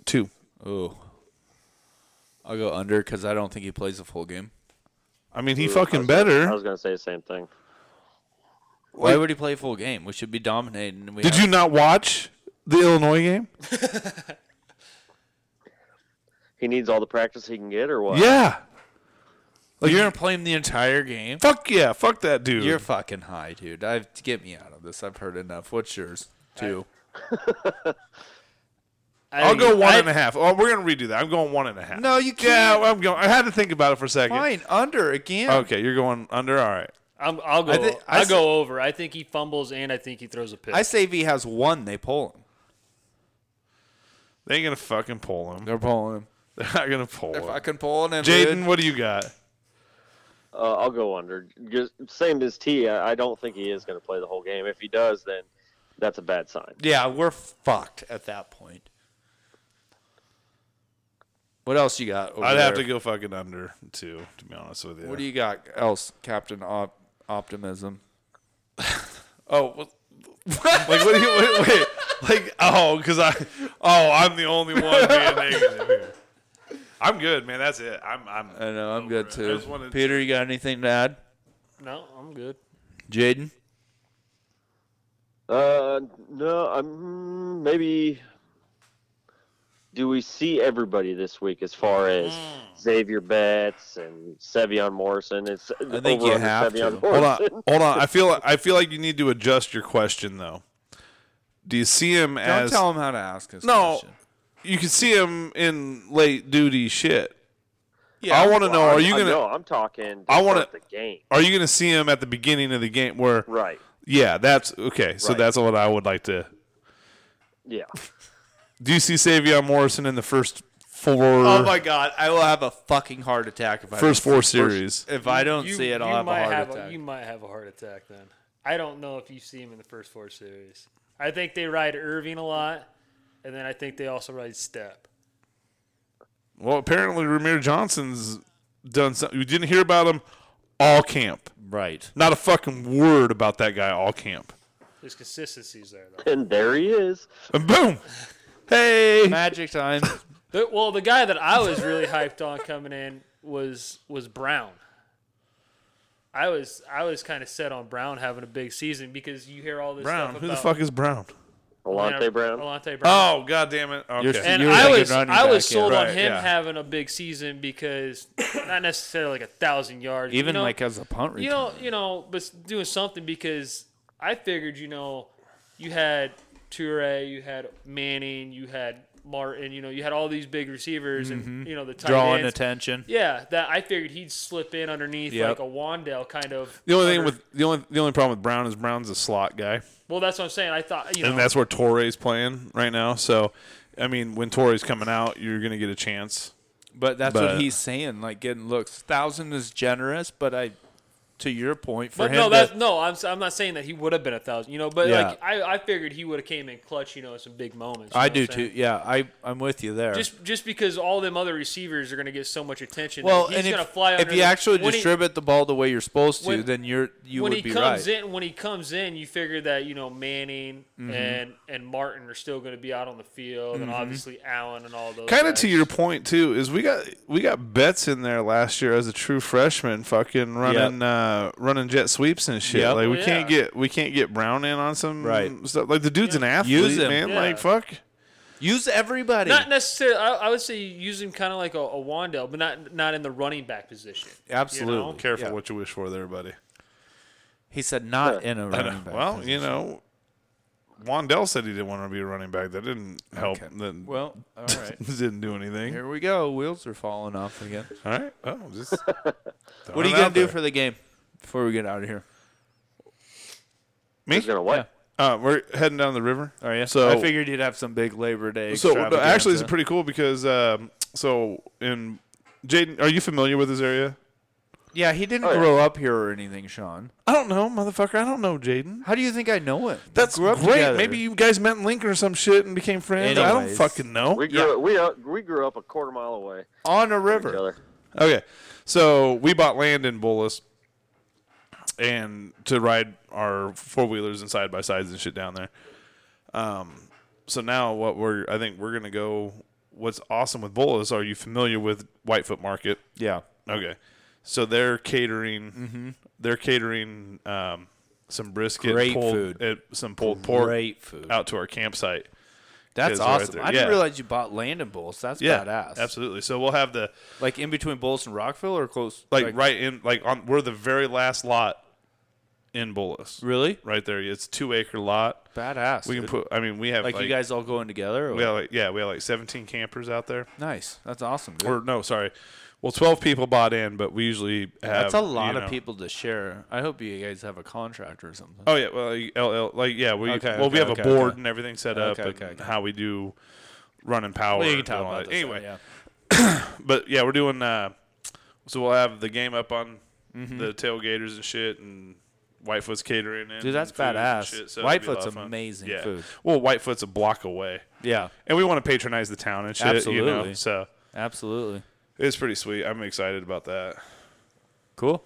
Two.
Oh, I'll go under because I don't think he plays a full game.
I mean, he
I was
fucking
gonna- I
better.
was gonna say the same thing.
Why would he play a full game? We should be dominating. and We
Did you not watch the Illinois game?
He needs all the practice he can get, or what?
Yeah. Like
You're gonna play him the entire game.
fuck yeah, fuck that dude.
You're fucking high, dude. I get me out of this. I've heard enough. What's yours? Two.
I
I'll
think-
go one
I-
and a half. Oh, we're gonna redo that. I'm going one and a half.
No, you
Yeah,
can't.
I'm going. I had to think about it for a second.
Fine, under again.
Okay, you're going under. All right.
I'm, I'll go.
I
I
thi- I
will
s-
go over. I think he fumbles and I think he throws a pick.
I say if he has one, they pull him.
They ain't gonna fucking pull him.
They're pulling him.
They're not gonna pull
They're
him.
fucking pulling him.
Jaden, what do you got?
Uh, I'll go under. Just, same as T. I, I don't think he is gonna play the whole game. If he does, then that's a bad sign.
Yeah, we're fucked at that point. What else you got? Over
I'd have
there?
to go fucking under too. To be honest with you.
What do you got else, Captain Op- Optimism?
Oh, well, like what do you wait? wait like oh, because I oh I'm the only one being negative here. I'm good, man. That's it. I'm I'm.
I know I'm
I
good too.
just wanted
Peter, you got anything to add?
no, I'm good.
Jaden,
Uh, no, I'm maybe. Do we see everybody this week as far as Xavier Betts and Sevion Morrison? It's I
think you have to.
Sevion
Hold
Hold
Morrison.
on, hold on. I feel I feel like you need to adjust your question though. Do you see him
don't
as
tell him how to ask us.
No.
question.
you can see him in late duty shit?
Yeah.
I want to know. Are you
I-
gonna
No, I'm talking. To
I wanna-
start the game.
Are you gonna see him at the beginning of the game? Where
Right.
yeah, that's okay. So
Right.
that's what I would like to.
Yeah.
Do you see Savion Morrison in the first four?
Oh my God! I will have a fucking heart attack if I
First
don't
four
see- first-
series.
If I don't see it, I'll
you
have a
might
heart
have
attack.
you might have a heart attack then. I don't know if you see him in the first four series. I think they ride Irving a lot, and then I think they also ride Step.
Well, apparently Ramir Johnson's done something. You didn't hear about him all camp.
right.
Not a fucking word about that guy all camp.
His consistency's there though.
And there he is.
And boom, hey,
Magic time.
The- well, the guy that I was really hyped on coming in was was Brown. I was I was kind of set on Brown having a big season because you hear all this
Brown.
stuff
Who the
about
fuck is Brown?
Alante Brown.
Alante Brown.
Oh god damn it. Okay.
And-
And
You were
I
thinking
was
running
I was
back, yeah.
sold on
Right,
him
yeah.
having a big season because not necessarily like a thousand yards, but,
Even
you know,
like as a punt return.
you know you know, but s- doing something because I figured you know you had Toure, you had Manning, you had Martin, you know you had all these big receivers
Mm-hmm.
and you know the tight
drawing
ends.
attention.
Yeah, that I figured he'd slip in underneath
Yep.
like a Wandale kind of.
the only thing
under-
with the only the only problem with Brown is Brown's a slot guy.
well, that's what I'm saying. I thought you know
and that's where Torre's playing right now. So, I mean, when Torre's coming out, you're going to get a chance.
But that's
But-
what he's saying, like getting looks. Thousand is generous, but I, to your point, for
But
him,
no,
to-
that's no. I'm s- I'm not saying that he would have been a thousand, you know. But
Yeah.
like I, I figured he would have came in clutch, you know, in some big moments. you
I
know
do
what I'm
too.
saying?
Yeah, I I'm with you there.
Just just because all them other receivers are going to get so much attention.
well,
he's
and
going to
if,
fly.
if
under
you
the-
actually
when he-
distribute the ball the way you're supposed to,
when-
then you're you
when
would
he
be
comes
right. Mm-hmm.
in, when he comes in, you figure that you know Manning and and Martin are still going to be out on the field, and obviously Allen and all those.
Kind of
guys.
to your point too is we got we got bets in there last year as a true freshman, fucking running uh, running jet sweeps and shit.
Yep.
Like we
Well,
can't
yeah.
get we can't get Brown in on some
Right.
stuff. Like the dude's an athlete,
Use him.
man.
Yeah.
Like fuck.
Use everybody.
Not necessarily. I, I would say use him kind of like a, a Wandell, but not not in the running back position.
Absolutely.
You know?
Careful
Yeah.
what you wish for there, buddy.
He said not in a running back.
uh, well,
position.
you know, Wandell said he didn't want to be a running back. That didn't help. That
Well, all right.
didn't do anything.
Here we go. Wheels are falling off again.
All right. Oh, just
What are you gonna do for the game before we get out of here?
me?
He's gonna what?
Uh, we're heading down the river.
Oh yeah.
So-
I figured you'd have some big Labor Day.
So no, actually, it's
extravaganza.
pretty cool because um, so in Jaden, are you familiar with this area?
yeah. He didn't
Oh, yeah.
grow up here or anything, Sean.
I don't know, motherfucker. I don't know Jaden.
How do you think I know it?
That's
grew
great.
up together.
Maybe you guys met in Lincoln or some shit and became friends. I don't
Anyways.
fucking know.
We grew we uh, we grew up a quarter mile away
on a
from each
river.
other.
Okay, so we bought land in Bullis, and to ride our four wheelers and side by sides and shit down there. Um, so now what we're I think we're gonna go. What's awesome with Bullis? Are you familiar with Whitefoot Market?
Yeah.
Okay, so they're catering.
Mm-hmm.
They're catering um, some brisket,
Great
pulled,
food.
uh, some pulled pork
Great food.
out to our campsite.
That's
kids right
awesome.
there.
I didn't
Yeah.
realize you bought land in Bulls. That's
Yeah,
badass.
absolutely. So we'll have the
Like in between Bulls and Rockville, or close.
like, right in like on we're the very last lot in Bullis.
Really?
Right there. It's a two acre lot.
Badass.
We can
dude.
put I mean we have
like,
like,
you guys all going together. Or
we have like yeah, we have like seventeen campers out there.
Nice. That's awesome. Dude.
Or no, sorry. Well twelve people bought in, but we usually have
That's a lot
you
of
know-
people to share. I hope you guys have a contract or something.
Oh yeah, well like, LL, like yeah, we
Okay,
well we
okay,
have
okay,
a board
okay.
and everything set up
Okay,
and
okay, okay.
how we do run and power.
Well, you
and
can talk
all
about
that.
this.
anyway.
yeah.
but yeah, we're doing. Uh, so we'll have the game up on
Mm-hmm.
the tailgaters and shit, and Whitefoot's catering. In
Dude, that's
and food and
badass.
shit, so it'll be a lot
Whitefoot's
of fun.
amazing
Yeah.
food.
Well, Whitefoot's a block away,
yeah,
and we want to patronize the town and shit. You know,
Absolutely.
so
absolutely.
it's pretty sweet. I'm excited about that.
Cool.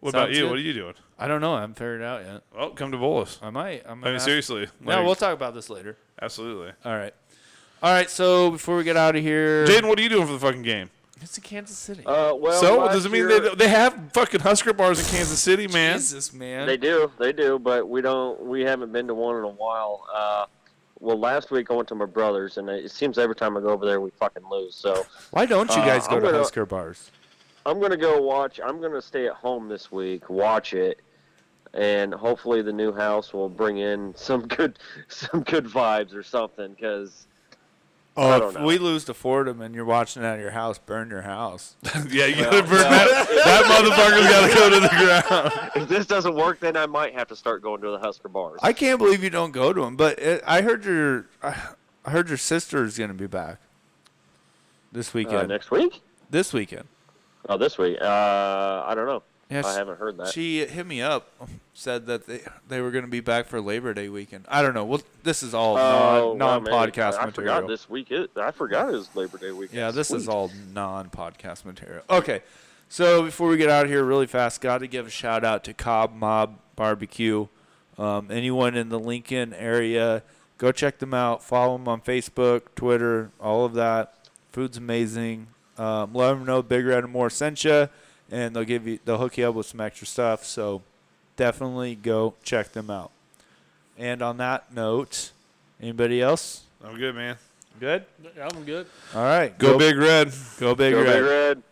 What about
Sounds
you?
good.
What are you doing?
I don't know. I haven't figured it out yet.
Oh, come to Bolus.
I might. I'm
I mean, seriously.
Yeah,
like,
we'll talk about this later.
absolutely.
All right. All right. So before we get out of here,
Jaden, what are you doing for the fucking game?
it's in Kansas City.
Uh, well,
so
last
does it mean
year-
they, they have fucking Husker bars in Kansas City, man?
Jesus, man.
They do, they do, but we don't. We haven't been to one in a while. Uh, well, last week I went to my brother's, and it seems every time I go over there we fucking lose. So
Why don't you
Uh,
guys go
I'm
to
gonna-
Husker bars?
I'm gonna go watch. I'm gonna stay at home this week, watch it, and hopefully the new house will bring in some good, some good vibes or something. Because
Oh,
don't
if
know.
we lose to Fordham and you're watching out of your house, burn your house.
yeah, you gotta burn that. That motherfucker's gotta go to the ground.
if this doesn't work, then I might have to start going to the Husker bars.
I can't believe you don't go to them. But it, I heard your, I I heard your sister is going to be back this
uh,
weekend.
next week?
this weekend.
Oh, this week? Uh, I don't know.
Yeah,
I
she-
haven't heard that.
She hit me up, said that they they were going to be back for Labor Day weekend. I don't know. Well, this is all
Oh, wow,
non
man.
podcast
I
material.
forgot this week. Is, I forgot it was Labor Day weekend.
Yeah, this is
Sweet.
all non-podcast material. Okay, so before we get out of here, really fast, got to give a shout out to Cobb Mob Barbecue. Um, anyone in the Lincoln area, go check them out. Follow them on Facebook, Twitter, all of that. Food's amazing. Um, let them know Big Red and More sent you, and they'll give you they'll hook you up with some extra stuff. So definitely go check them out. And on that note, anybody else?
I'm good, man.
Good.
I'm good.
All right.
Go, big red.
Go big
Go
red.
Big Red.